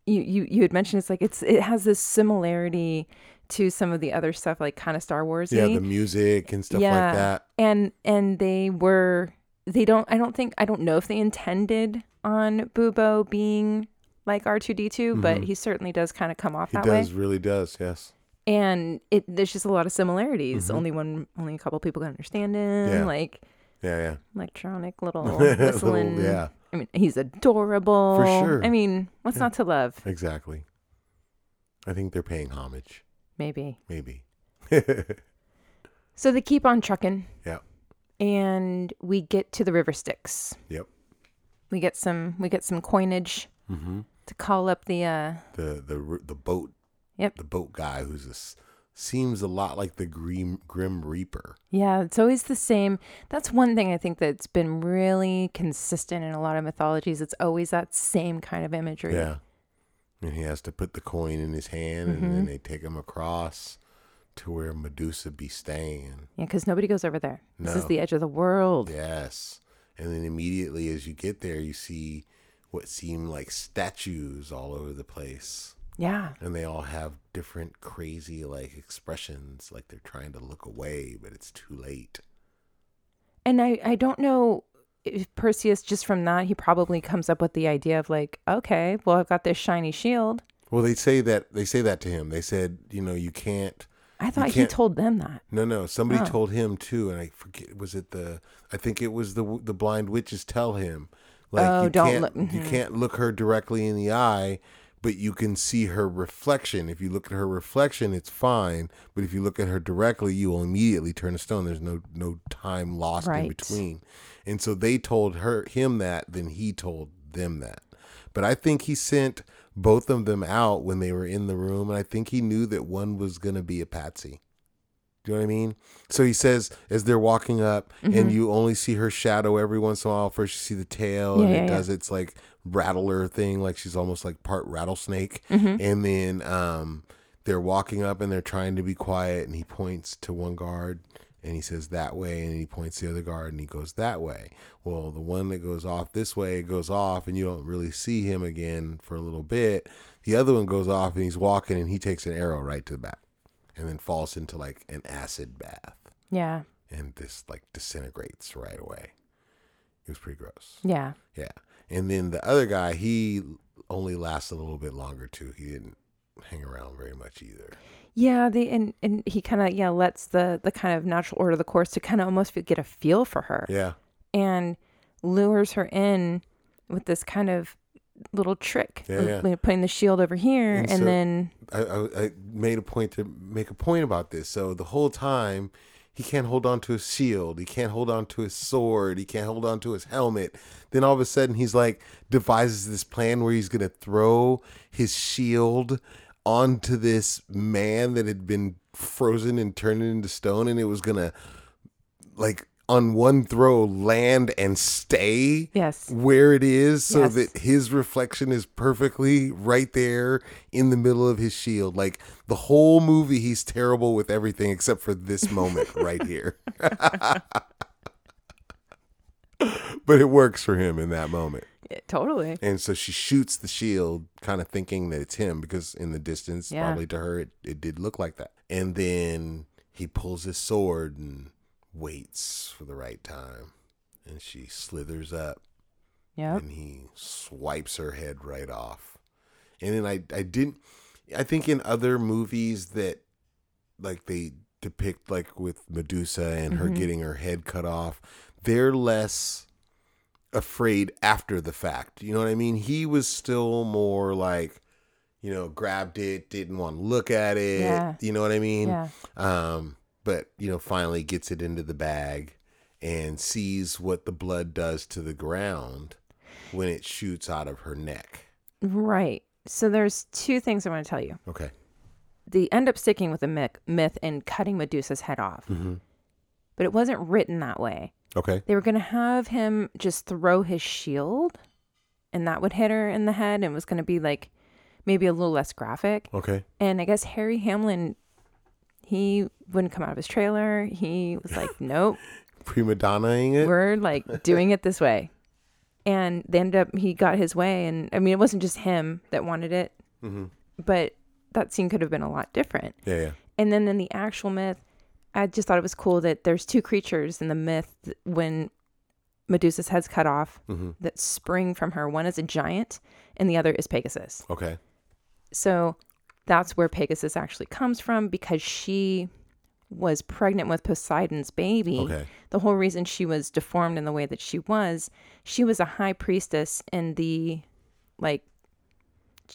You you you had mentioned it's like it's it has this similarity to some of the other stuff like kind of Star Wars. Yeah, the music and stuff like that. And and they were they don't I don't think I don't know if they intended on Bubo being like R two D two, but he certainly does kind of come off Mm-hmm. He that way. does, really does. Yes. and it there's just a lot of similarities. Only one, only a couple people can understand him. Mm-hmm. Yeah. Like Yeah, yeah. electronic little whistling. yeah. I mean, he's adorable. sure. I mean, what's not to love? Exactly. I think they're paying homage, Maybe. maybe. So they keep on trucking, yeah. and we get to the River Styx. Yep. We get some. We get some coinage Mm-hmm. to call up the. uh The the r- the boat Yep. the boat guy who's a s seems a lot like the grim grim reaper. Yeah, it's always the same. That's one thing I think that's been really consistent in a lot of mythologies. It's always that same kind of imagery. Yeah. And he has to put the coin in his hand and Mm-hmm. then they take him across to where Medusa be staying. Yeah, because nobody goes over there. This is No. the edge of the world. Yes. And then immediately as you get there, you see what seem like statues all over the place. Yeah. And they all have different crazy like expressions, like they're trying to look away, but it's too late. And I, I don't know if Perseus, just from that, he probably comes up with the idea of like, okay, well, I've got this shiny shield. Well, they say that they say that to him. They said, you know, you can't I thought he can't- told them that. No, no. Somebody Oh. told him too, and I forget. Was it the? I think it was the w- the blind witches tell him, like Oh, you don't can't look- mm-hmm. you can't look her directly in the eye but you can see her reflection. If you look at her reflection, it's fine. But if you look at her directly, you will immediately turn to stone. There's no no time lost in Right. between. And so they told her him that, then he told them that. But I think he sent both of them out when they were in the room, and I think he knew that one was gonna be a patsy. Do you know what I mean? So he says as they're walking up, Mm-hmm. and you only see her shadow every once in a while. First, you see the tail, and Yeah, it yeah, yeah. does its like rattler thing, like she's almost like part rattlesnake. Mm-hmm. And then um, they're walking up, and they're trying to be quiet, and he points to one guard, and he says that way, and he points to the other guard, and he goes that way. Well, the one that goes off this way goes off, and you don't really see him again for a little bit. The other one goes off, and he's walking, and he takes an arrow right to the back and then falls into like an acid bath Yeah. and this like disintegrates right away. It was pretty gross. Yeah. Yeah. And then the other guy, he only lasts a little bit longer too. He didn't hang around very much either. Yeah, the and and he kind of yeah lets the the kind of natural order of the course to kind of almost fe- get a feel for her Yeah. and lures her in with this kind of little trick, Yeah, of, yeah. you know, putting the shield over here And and, so- then I, I, I made a point to make a point about this. So the whole time, he can't hold on to his shield. He can't hold on to his sword. He can't hold on to his helmet. Then all of a sudden, he's like devises this plan where he's gonna throw his shield onto this man that had been frozen and turned into stone, and it was gonna like on one throw land and stay yes, where it is so Yes. that his reflection is perfectly right there in the middle of his shield. Like the whole movie, he's terrible with everything except for this moment right here. but it works for him in that moment. yeah, eh, totally. And so she shoots the shield, kind of thinking that it's him because in the distance, Yeah. probably to her, it, it did look like that. And then he pulls his sword and waits for the right time. And she slithers up Yep. and he swipes her head right off. And then I, I didn't. I think in other movies that, like they depict, like with Medusa and Mm-hmm. her getting her head cut off, they're less afraid after the fact. You know what I mean? He was still more like, you know, grabbed it, didn't want to look at it. Yeah. You know what I mean? Yeah. um, but you know finally gets it into the bag and sees what the blood does to the ground when it shoots out of her neck Right. So there's two things I want to tell you. okay They end up sticking with the myth, myth and cutting Medusa's head off, Mm-hmm. but it wasn't written that way. okay They were going to have him just throw his shield, and that would hit her in the head, and it was going to be like maybe a little less graphic. okay And I guess Harry Hamlin, he wouldn't come out of his trailer. He was like, nope, prima donnaing it we're like doing it this way. And they ended up, he got his way. And I mean, it wasn't just him that wanted it, but that scene could have been a lot different. yeah yeah And then in the actual myth, I just thought it was cool that there's two creatures in the myth th- when Medusa's head's cut off that spring from her. One is a giant and the other is Pegasus. okay So that's where Pegasus actually comes from because she was pregnant with Poseidon's baby. Okay. The whole reason she was deformed in the way that she was, she was a high priestess in the like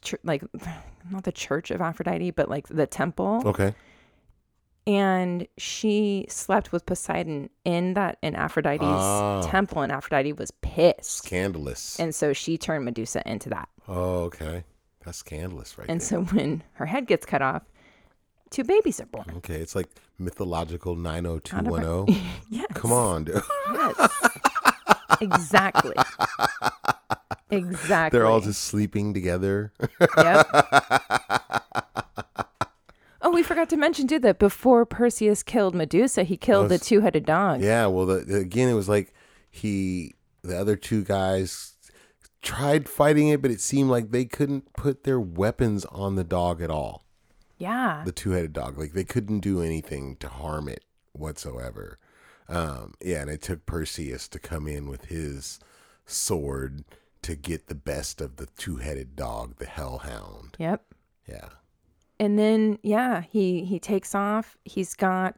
chur like not the church of Aphrodite, but like the temple okay and she slept with Poseidon in that in Aphrodite's Ah. temple, and Aphrodite was pissed, scandalous and so she turned Medusa into that. oh okay that's scandalous right And there so when her head gets cut off, two babies are born. okay it's like mythological 90210 Yes, come on dude. yes. exactly, exactly. they're all just sleeping together Yep. Oh, we forgot to mention too that before Perseus killed Medusa, he killed the two-headed dog. Yeah, well, the, the- again, it was like he, the other two guys tried fighting it, but it seemed like they couldn't put their weapons on the dog at all. yeah. The two headed dog, like they couldn't do anything to harm it whatsoever. Um, yeah, and it took Perseus to come in with his sword to get the best of the two headed dog, the hellhound. Yep. Yeah. and then yeah he he takes off he's got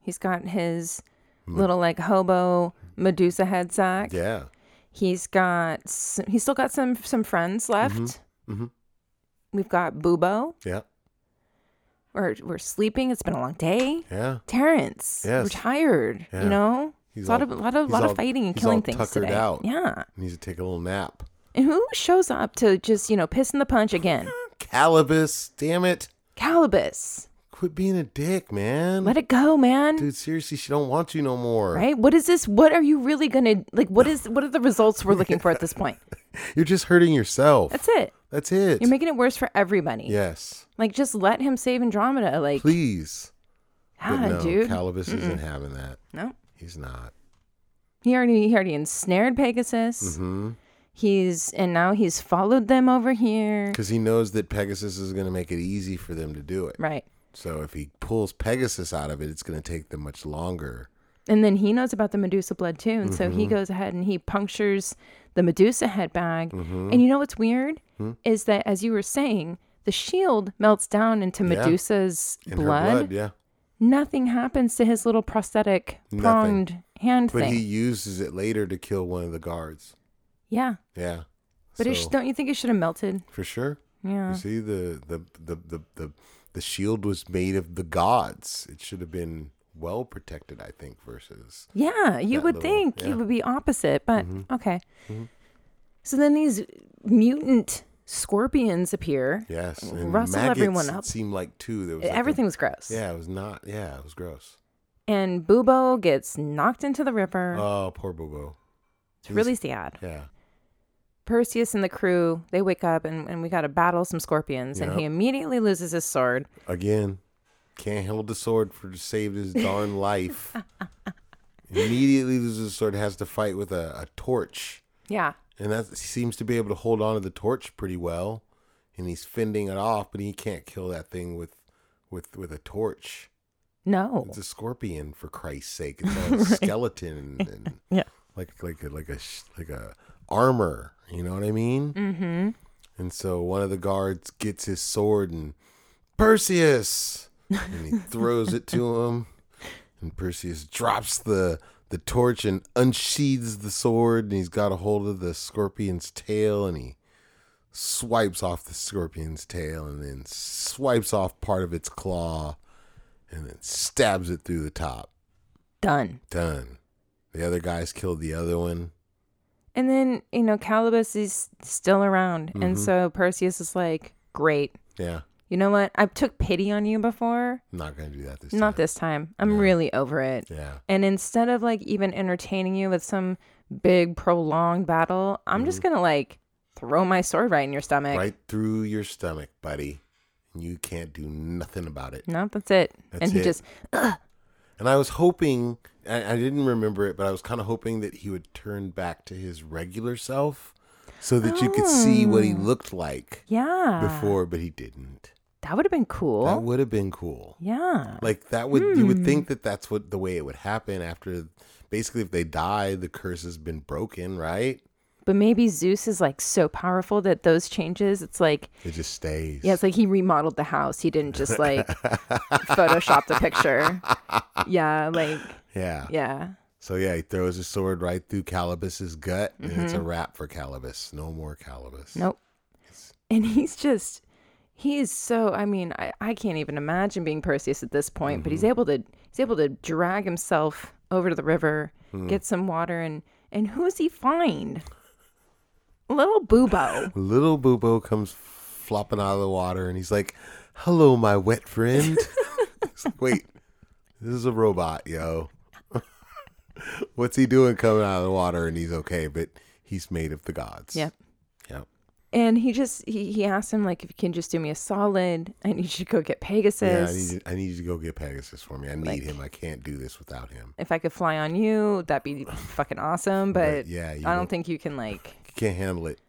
he's got his little like hobo medusa head sack Yeah. Mm-hmm. he's got s- he's still got some some friends left We've got Bubo. Yeah. We're we're sleeping. It's been a long day. Yeah. Terrence. We're Yes. tired. Yeah. You know, He's a lot all- of lot of he's lot all- of fighting and he's killing all things tuckered today. out. Yeah. Needs to take a little nap. And who shows up to just you know piss in the punch again? Calibus, damn it. Calibus. Quit being a dick, man. Let it go, man. Dude, seriously, she don't want you no more. Right? What is this? What are you really gonna like? What is? What are the results we're looking for at this point? You're just hurting yourself. That's it. That's it. You're making it worse for everybody. yes. Like, just let him save Andromeda. Like, Please. But God, no, dude. Calibus isn't having that. no. He's not. He already he already ensnared Pegasus. Mhm. He's and now he's followed them over here. Because he knows that Pegasus is going to make it easy for them to do it. Right. So if he pulls Pegasus out of it, it's going to take them much longer. And then he knows about the Medusa blood too. And so he Mm-hmm. goes ahead and he punctures the Medusa head bag. Mm-hmm. And you know what's weird? Hmm? Is that as you were saying, the shield melts down into Medusa's In her blood. blood, yeah. Nothing happens to his little prosthetic pronged hand But thing. he uses it later to kill one of the guards. yeah. Yeah. But it sh- So, don't you think it should have melted? for sure. Yeah. You see the the, the the the the shield was made of the gods. It should have been well protected, I think, versus Yeah, you that would little- think yeah. Mm-hmm. it would be opposite, but okay. So then these mutant scorpions appear. yes. And Rustle maggots, everyone up. It seemed like too. There was like a- Everything was gross. yeah, it was not. Yeah, it was gross. And Bubo gets knocked into the river. Oh, poor Bobo. it's really sad. Yeah. Perseus and the crew, they wake up and, and we got to battle some scorpions. And he Yep. immediately loses his sword. Again, can't hold the sword for saved his darn life. Immediately loses his sword. Has to fight with a, a torch. Yeah. and that seems to be able to hold on to the torch pretty well and he's fending it off but he can't kill that thing with with with a torch No. it's a scorpion for christ's sake it's not a skeleton and, and Yeah. like like a, like a sh- like a armor you know what i mean mm-hmm. and so one of the guards gets his sword and perseus and he throws it to him and perseus drops the the torch and unsheathes the sword and he's got a hold of the scorpion's tail and he swipes off the scorpion's tail and then swipes off part of its claw and then stabs it through the top Done. done. The other guys killed the other one. And then, you know, Calibus is still around. Mm-hmm. And so Perseus is like, great. Yeah, You know what? I took pity on you before. not gonna do that this Not time. this time. I'm really over it. Yeah, And instead of like even entertaining you with some big prolonged battle, I'm just gonna like throw my sword right in your stomach. Mm-hmm. right through your stomach, buddy. And you can't do nothing about it. No, that's it. That's and he it. just And I was hoping, I, I didn't remember it, but I was kind of hoping that he would turn back to his regular self, so that you could see what he looked like Oh. yeah. before. But he didn't. that would have been cool. That would have been cool. yeah. Like that would you would think that that's what the way it would happen after. Basically, if they die, the curse has been broken, right? But maybe Zeus is like so powerful that those changes, it's like It just stays. yeah, it's like he remodeled the house. He didn't just like Photoshop the picture. Yeah, like Yeah. yeah. So yeah, he throws his sword right through Calibus's gut, and it's a wrap for Calibus. No more Calibus. Mm-hmm. Nope. And he's just, he is so. I mean, I, I can't even imagine being Perseus at this point. But he's Mm-hmm. able to, he's able to drag himself over to the river, Hmm. get some water, and and who does he find? Little Bubo. Little Bubo comes flopping out of the water, and he's like, "Hello, my wet friend." It's like, Wait, this is a robot, yo. What's he doing coming out of the water? And he's okay, but he's made of the gods. Yep. Yep. And he just he, he asked him like if you can just do me a solid, I need you to go get Yeah, I Pegasus. need, you- I need you to go get Pegasus for me. I need Like- him. I can't do this without him. if I could fly on you, that'd be fucking awesome. But But, yeah, you I don't- don't think you can like You can't handle it.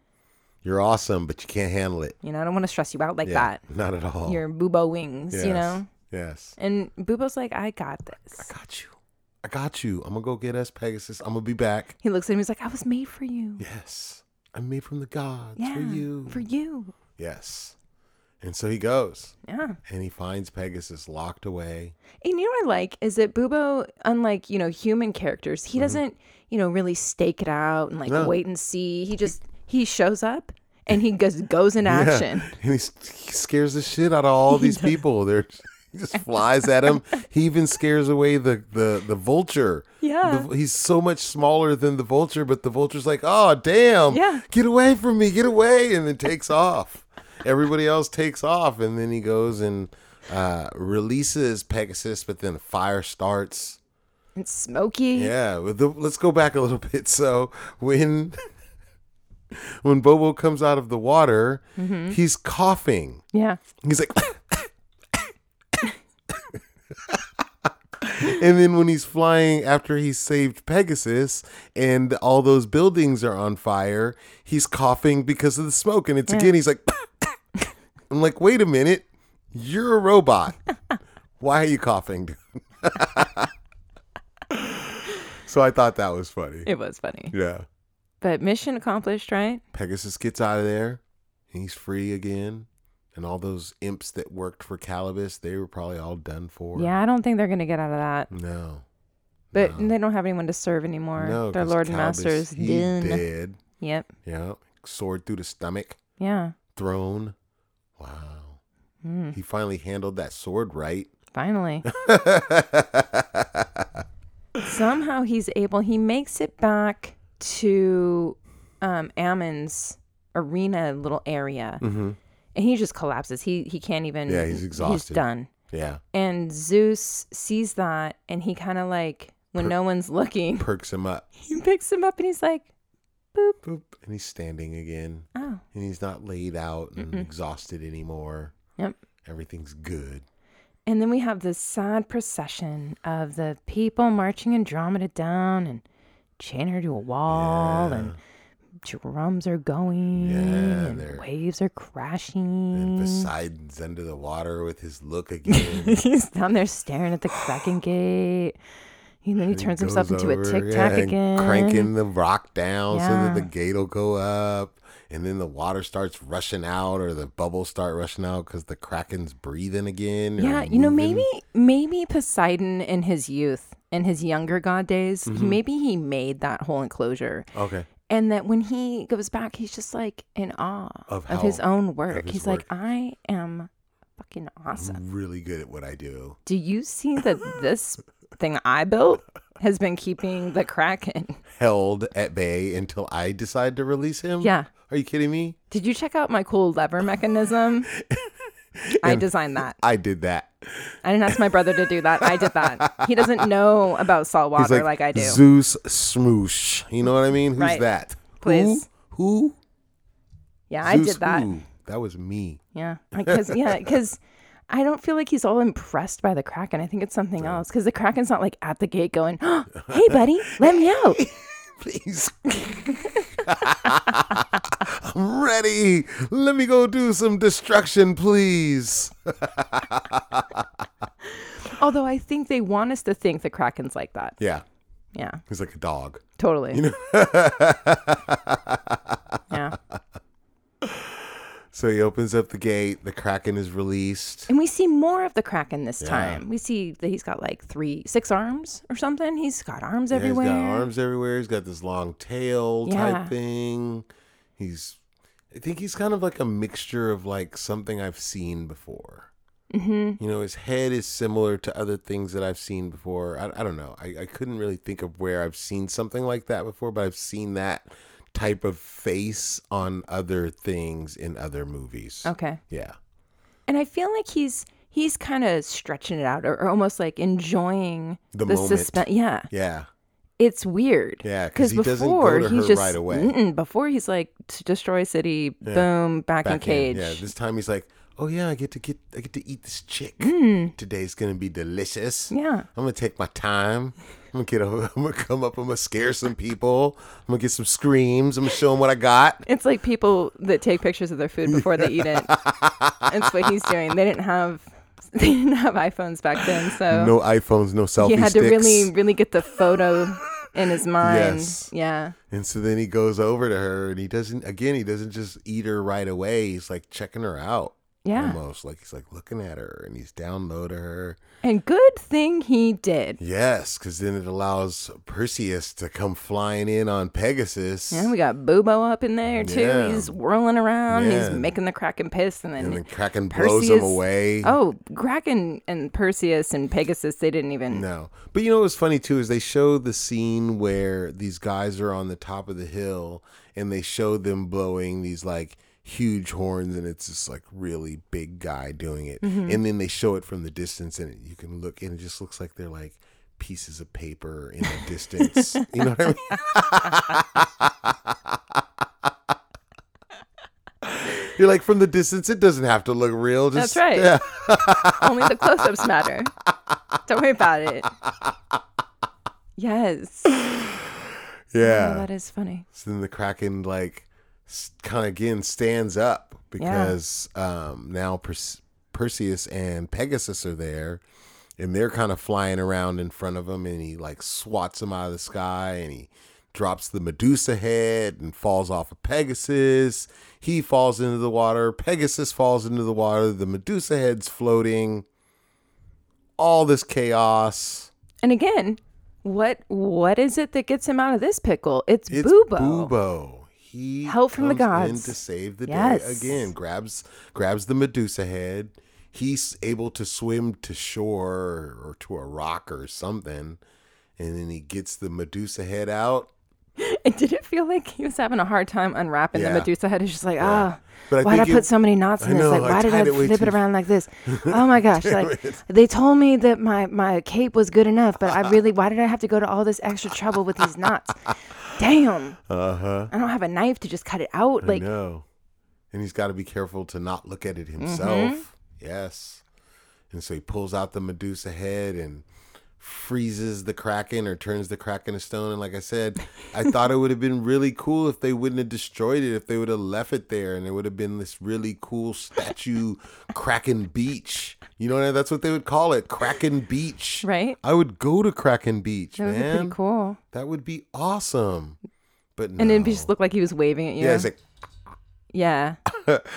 You're awesome, but you can't handle it. you know I don't want to stress you out like Yeah, that. not at all. Your Bubo wings, you Yes, Oh know. Yes. And Bubo's like, I got this. I got you. I got you. I'm gonna go get us Pegasus. I'm gonna be back. He looks at him. He's like, I was made for you. Yes. I'm made from the gods Yeah, for you. For you. yes. And so he goes Yeah. and he finds Pegasus locked away. And you know what I like is that Bubo, unlike you know human characters, he doesn't you know really stake it out and like Mm-hmm. No. wait and see. He just he shows up and he just goes in Yeah. action. And he, s- he scares the shit out of all these people. They're, he just flies at him. He even scares away the, the, the vulture. Yeah. The- he's so much smaller than the vulture, but the vulture's like, oh, damn. Yeah. Get away from me. Get away. And then takes off. Everybody else takes off. And then he goes and uh, releases Pegasus, but then a fire starts. It's smoky. Yeah, well, the, let's go back a little bit. So when when Bobo comes out of the water, he's coughing. Yeah. He's like, and then when he's flying after he saved Pegasus and all those buildings are on fire, he's coughing because of the smoke. And it's again, he's like, I'm like, wait a minute, you're a robot. Why are you coughing? dude?" so I thought that was funny. It was funny. Yeah. But mission accomplished, right? Pegasus gets out of there. He's free again. And all those imps that worked for Calibus, they were probably all done for. Yeah, I don't think they're going to get out of that. No. But they don't have anyone to serve anymore. No. Their 'cause lord and Calibus, master is he done. dead. Yep. Yeah. Sword through the stomach. Yeah. Thrown. Wow. Hmm. He finally handled that sword right. Finally. Somehow he's able, he makes it back to um, Ammon's arena little area. And he just collapses. He he can't even. Mm-hmm. Yeah, he's He's exhausted. done. Yeah. And Zeus sees that and he kind of like, when no one's looking, Perks him up. he picks him up and he's like, Boop. And he's standing again. oh, And he's not laid out and exhausted anymore. yep. Everything's good. And then we have this sad procession of the people marching Andromeda down and chain her to a wall, and drums are going, Yeah, they're- and waves are And crashing. Poseidon's under the water with his look again. He's down there staring at the Kraken gate. He then he turns goes himself into a over, tic yeah, tac and again. Cranking the rock down so that the Yeah. gate will go up. And then the water starts rushing out or the bubbles start rushing out because the Kraken's breathing again. or Yeah, you know, moving. maybe maybe Poseidon in his youth, in his younger god days, Mm-hmm. maybe he made that whole enclosure. Okay. and that when he goes back, he's just like in awe Of of, his how- own work. his he's like, work. I am fucking awesome. I'm really good at what I do. Do you see that this thing I built has been keeping the kraken? Held at bay until I decide to release him? Yeah. Are you kidding me? Did you check out my cool lever mechanism? I designed that. I did that. I didn't ask my brother to do that. I did that. He doesn't know about salt water like, I do. Zeus Smoosh. You know what I mean? Who's Right. that? Please. Who? Who? yeah, I Zeus did that. who? That was me. Yeah, because yeah, because I don't feel like he's all impressed by the kraken. I think it's something else because the kraken's not like at the gate going, oh, "Hey, buddy, let me out." please. I'm ready. Let me go do some destruction, please. Although I think they want us to think the kraken's like that. Yeah, Yeah, he's like a dog. totally. yeah, So he opens up the gate. The kraken is released. and we see more of the kraken this time. We see that he's got like three, six arms or something. He's got arms Yeah, he's everywhere. got arms everywhere. He's got this long tail Yeah. type thing. He's, I think he's kind of like a mixture of like something I've seen before. Mm-hmm. You know, his head is similar to other things that I've seen before. I, I don't know. I, I couldn't really think of where I've seen something like that before, but I've seen that type of face on other things in other movies. Okay, Yeah. and I feel like he's he's kind of stretching it out or, or almost like enjoying The moment. suspense. Yeah. Yeah. it's weird. Yeah, 'cause he doesn't go before to he's her just right away. Mm-mm, before he's like "To destroy city, boom, back, in cage. Yeah. This time he's like, Oh yeah, I get to get I get to eat this chick. Today's gonna be delicious. Hmm. Yeah. I'm gonna take my time. I'm gonna get. Over, I'm gonna come up. I'm gonna scare some people. I'm gonna get some screams. I'm gonna show them what I got. It's like people that take pictures of their food before they eat it. That's what he's doing. They didn't have they didn't have iPhones back then, so No iPhones, no selfie he had to sticks. really really get the photo in his mind. Yes. Yeah. And so then he goes over to her, and he doesn't. Again, he doesn't just eat her right away. He's like checking her out. Yeah. almost like he's like looking at her and he's down low to her. And good thing he did. Yes, because then it allows Perseus to come flying in on Pegasus. And we got Bubo up in there too. Yeah. He's whirling around. He's Yeah. making the Kraken piss, and then, and then Kraken blows him Perseus- away. oh, Kraken and Perseus and Pegasus, they didn't even. No. But you know what's funny too is they show the scene where these guys are on the top of the hill and they show them blowing these like huge horns and it's this like really big guy doing it. Mm-hmm. And then they show it from the distance and you can look and it just looks like they're like pieces of paper in the distance. you know what I mean? You're like from the distance, it doesn't have to look real. Just That's right. Only the close-ups matter. Don't worry about it. Yes. Yeah. Oh, that is funny. So then the Kraken like kind of again stands up because um, now Perse- Perseus and Pegasus are there, and they're kind of flying around in front of him, and he like swats him out of the sky, and he drops the Medusa head and falls off of Pegasus. He falls into the water. Pegasus falls into the water. The Medusa head's floating. All this chaos. And again, what what is it that gets him out of this pickle? It's, It's Bubo. Bubo. He Help from the comes gods. in to save the day Yes. again. Grabs grabs the Medusa head. He's able to swim to shore or to a rock or something, and then he gets the Medusa head out. And did it feel like he was having a hard time unwrapping Yeah. the Medusa head? It's just like, ah, But I why did think I it- put so many knots in I this? know, like, I why did tied I it way flip it too- around like this? Oh my gosh! like, they told me that my my cape was good enough, but I really, why did I have to go to all this extra trouble with these knots? Damn! Uh huh. I don't have a knife to just cut it out. Like, Mm-hmm. I know. And he's got to be careful to not look at it himself. Yes. And so he pulls out the Medusa head and freezes the Kraken or turns the Kraken to stone. And like I said, I thought it would have been really cool if they wouldn't have destroyed it, if they would have left it there and it would have been this really cool statue Kraken Beach. You know what I That's what they would call it Kraken Beach. right? I would go to Kraken Beach, That would be man. pretty cool. That would be awesome. But no. And it'd be just look like he was waving at you. yeah, it's like yeah,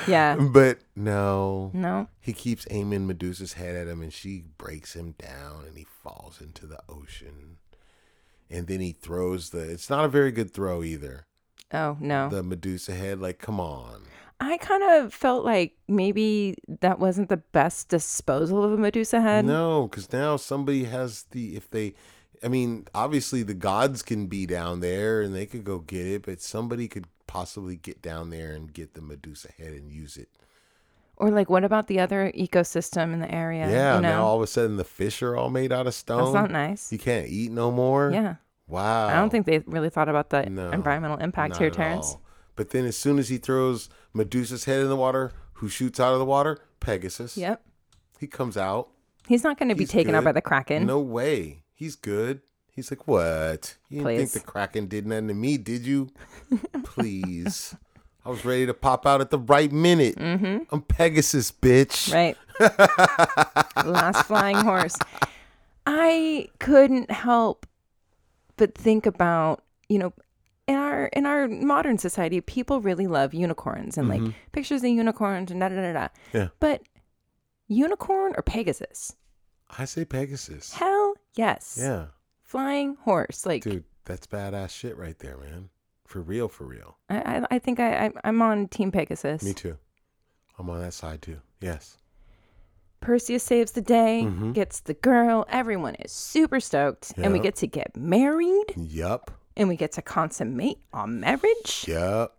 yeah. But no, No, he keeps aiming Medusa's head at him, and she breaks him down, and he falls into the ocean. And then he throws the. It's not a very good throw either. oh no. The Medusa head, like, come on. I kind of felt like maybe that wasn't the best disposal of a Medusa head. no, because now somebody has the. If they, I mean, obviously the gods can be down there and they could go get it, but somebody could possibly get down there and get the Medusa head and use it. Or like, what about the other ecosystem in the area? Yeah. you know, Now all of a sudden the fish are all made out of stone. that's not nice. You can't eat no more. Yeah, Wow. I don't think they really thought about the No, environmental impact Not here, at Terrence. all. But then as soon as he throws Medusa's head in the water, who shoots out of the water? Pegasus. Yep, He comes out. he's not going to be He's taken out good. by the kraken. No way. He's good. He's like, what? You didn't Please. think the Kraken did nothing to me, did you? Please. I was ready to pop out at the right minute. Mm-hmm. I'm Pegasus, bitch. Right, last flying horse. I couldn't help but think about you know in our in our modern society, people really love unicorns and like Mm-hmm. pictures of unicorns and da da da da. Yeah. But unicorn or Pegasus? I say Pegasus. Hell yes. Yeah. Flying horse, like Dude, that's badass shit right there, man. For real, for real. I, I, I think I, I I'm on Team Pegasus. Me too. I'm on that side too. Yes. Perseus saves the day, gets the girl. Everyone is super stoked, and we Mm-hmm. Yep. get to get married, Yup. and we get to consummate our marriage. Yup.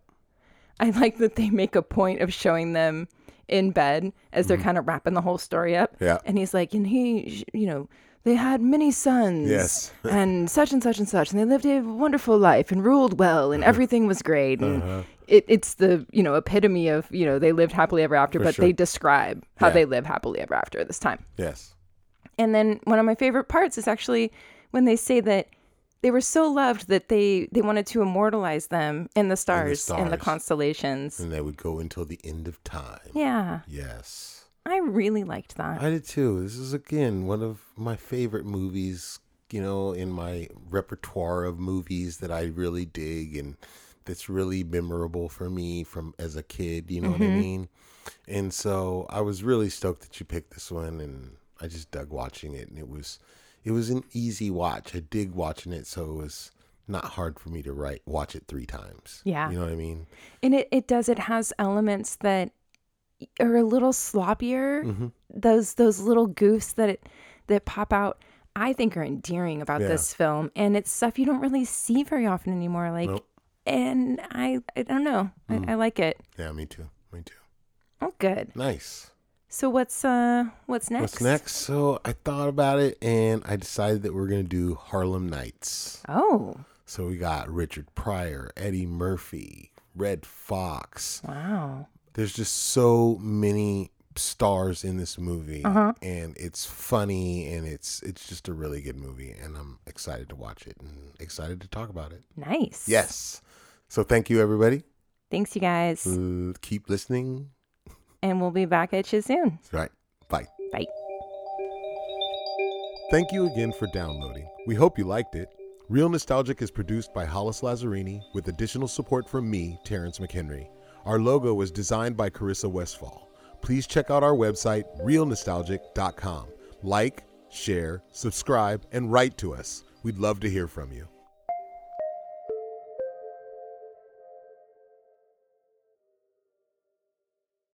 I like that they make a point of showing them in bed as they're kind of wrapping the whole story up. Mm-hmm. Yeah. and he's like, and he, you know. They had many sons, Yes. and such and such and such, and they lived a wonderful life and ruled well, and everything was great. And Uh-huh. it, it's the you know epitome of you know they lived happily ever after, but sure. they describe how Yeah. they live happily ever after this time. Yes. And then one of my favorite parts is actually when they say that they were so loved that they they wanted to immortalize them in the stars, in the, stars. constellations. And that would go until the end of time. Yeah, Yes. I really liked that. I did too. This is again one of my favorite movies, you know, in my repertoire of movies that I really Mm-hmm. dig and that's really memorable for me from as a kid, you know what I mean? And so I was really stoked that you picked this one and I just dug watching it and it was it was an easy watch. I dig watching it so it was not hard for me to write watch it 3 times. Yeah. You know what I mean? And it, it does, it has elements that are a little sloppier. Mm-hmm. Those those little goofs that it, that pop out, I think are endearing about Yeah. this film. And it's stuff you don't really see very often anymore. Like Nope. Mm. and I I don't know. I, I like it. Yeah, me too. Me too. Oh good. Nice. So what's uh what's next? What's next? So I thought about it and I decided that we're going to do Harlem Nights. Oh. So we got Richard Pryor, Eddie Murphy, Red Fox. Wow. There's just so many stars in this movie and it's funny and it's it's just a really good movie and I'm excited to watch it and excited to talk about it. Nice. Yes. So thank you everybody. Thanks you guys. Uh, keep listening. And we'll be back at you soon. Right. Bye. Bye. Thank you again for downloading. We hope you liked it. Real Nostalgic is produced by Hollis Lazzarini with additional support from me, Terrence McHenry. Our logo was designed by Carissa Westfall. Please check out our website, realnostalgic.com. Like, share, subscribe, and write to us. We'd love to hear from you.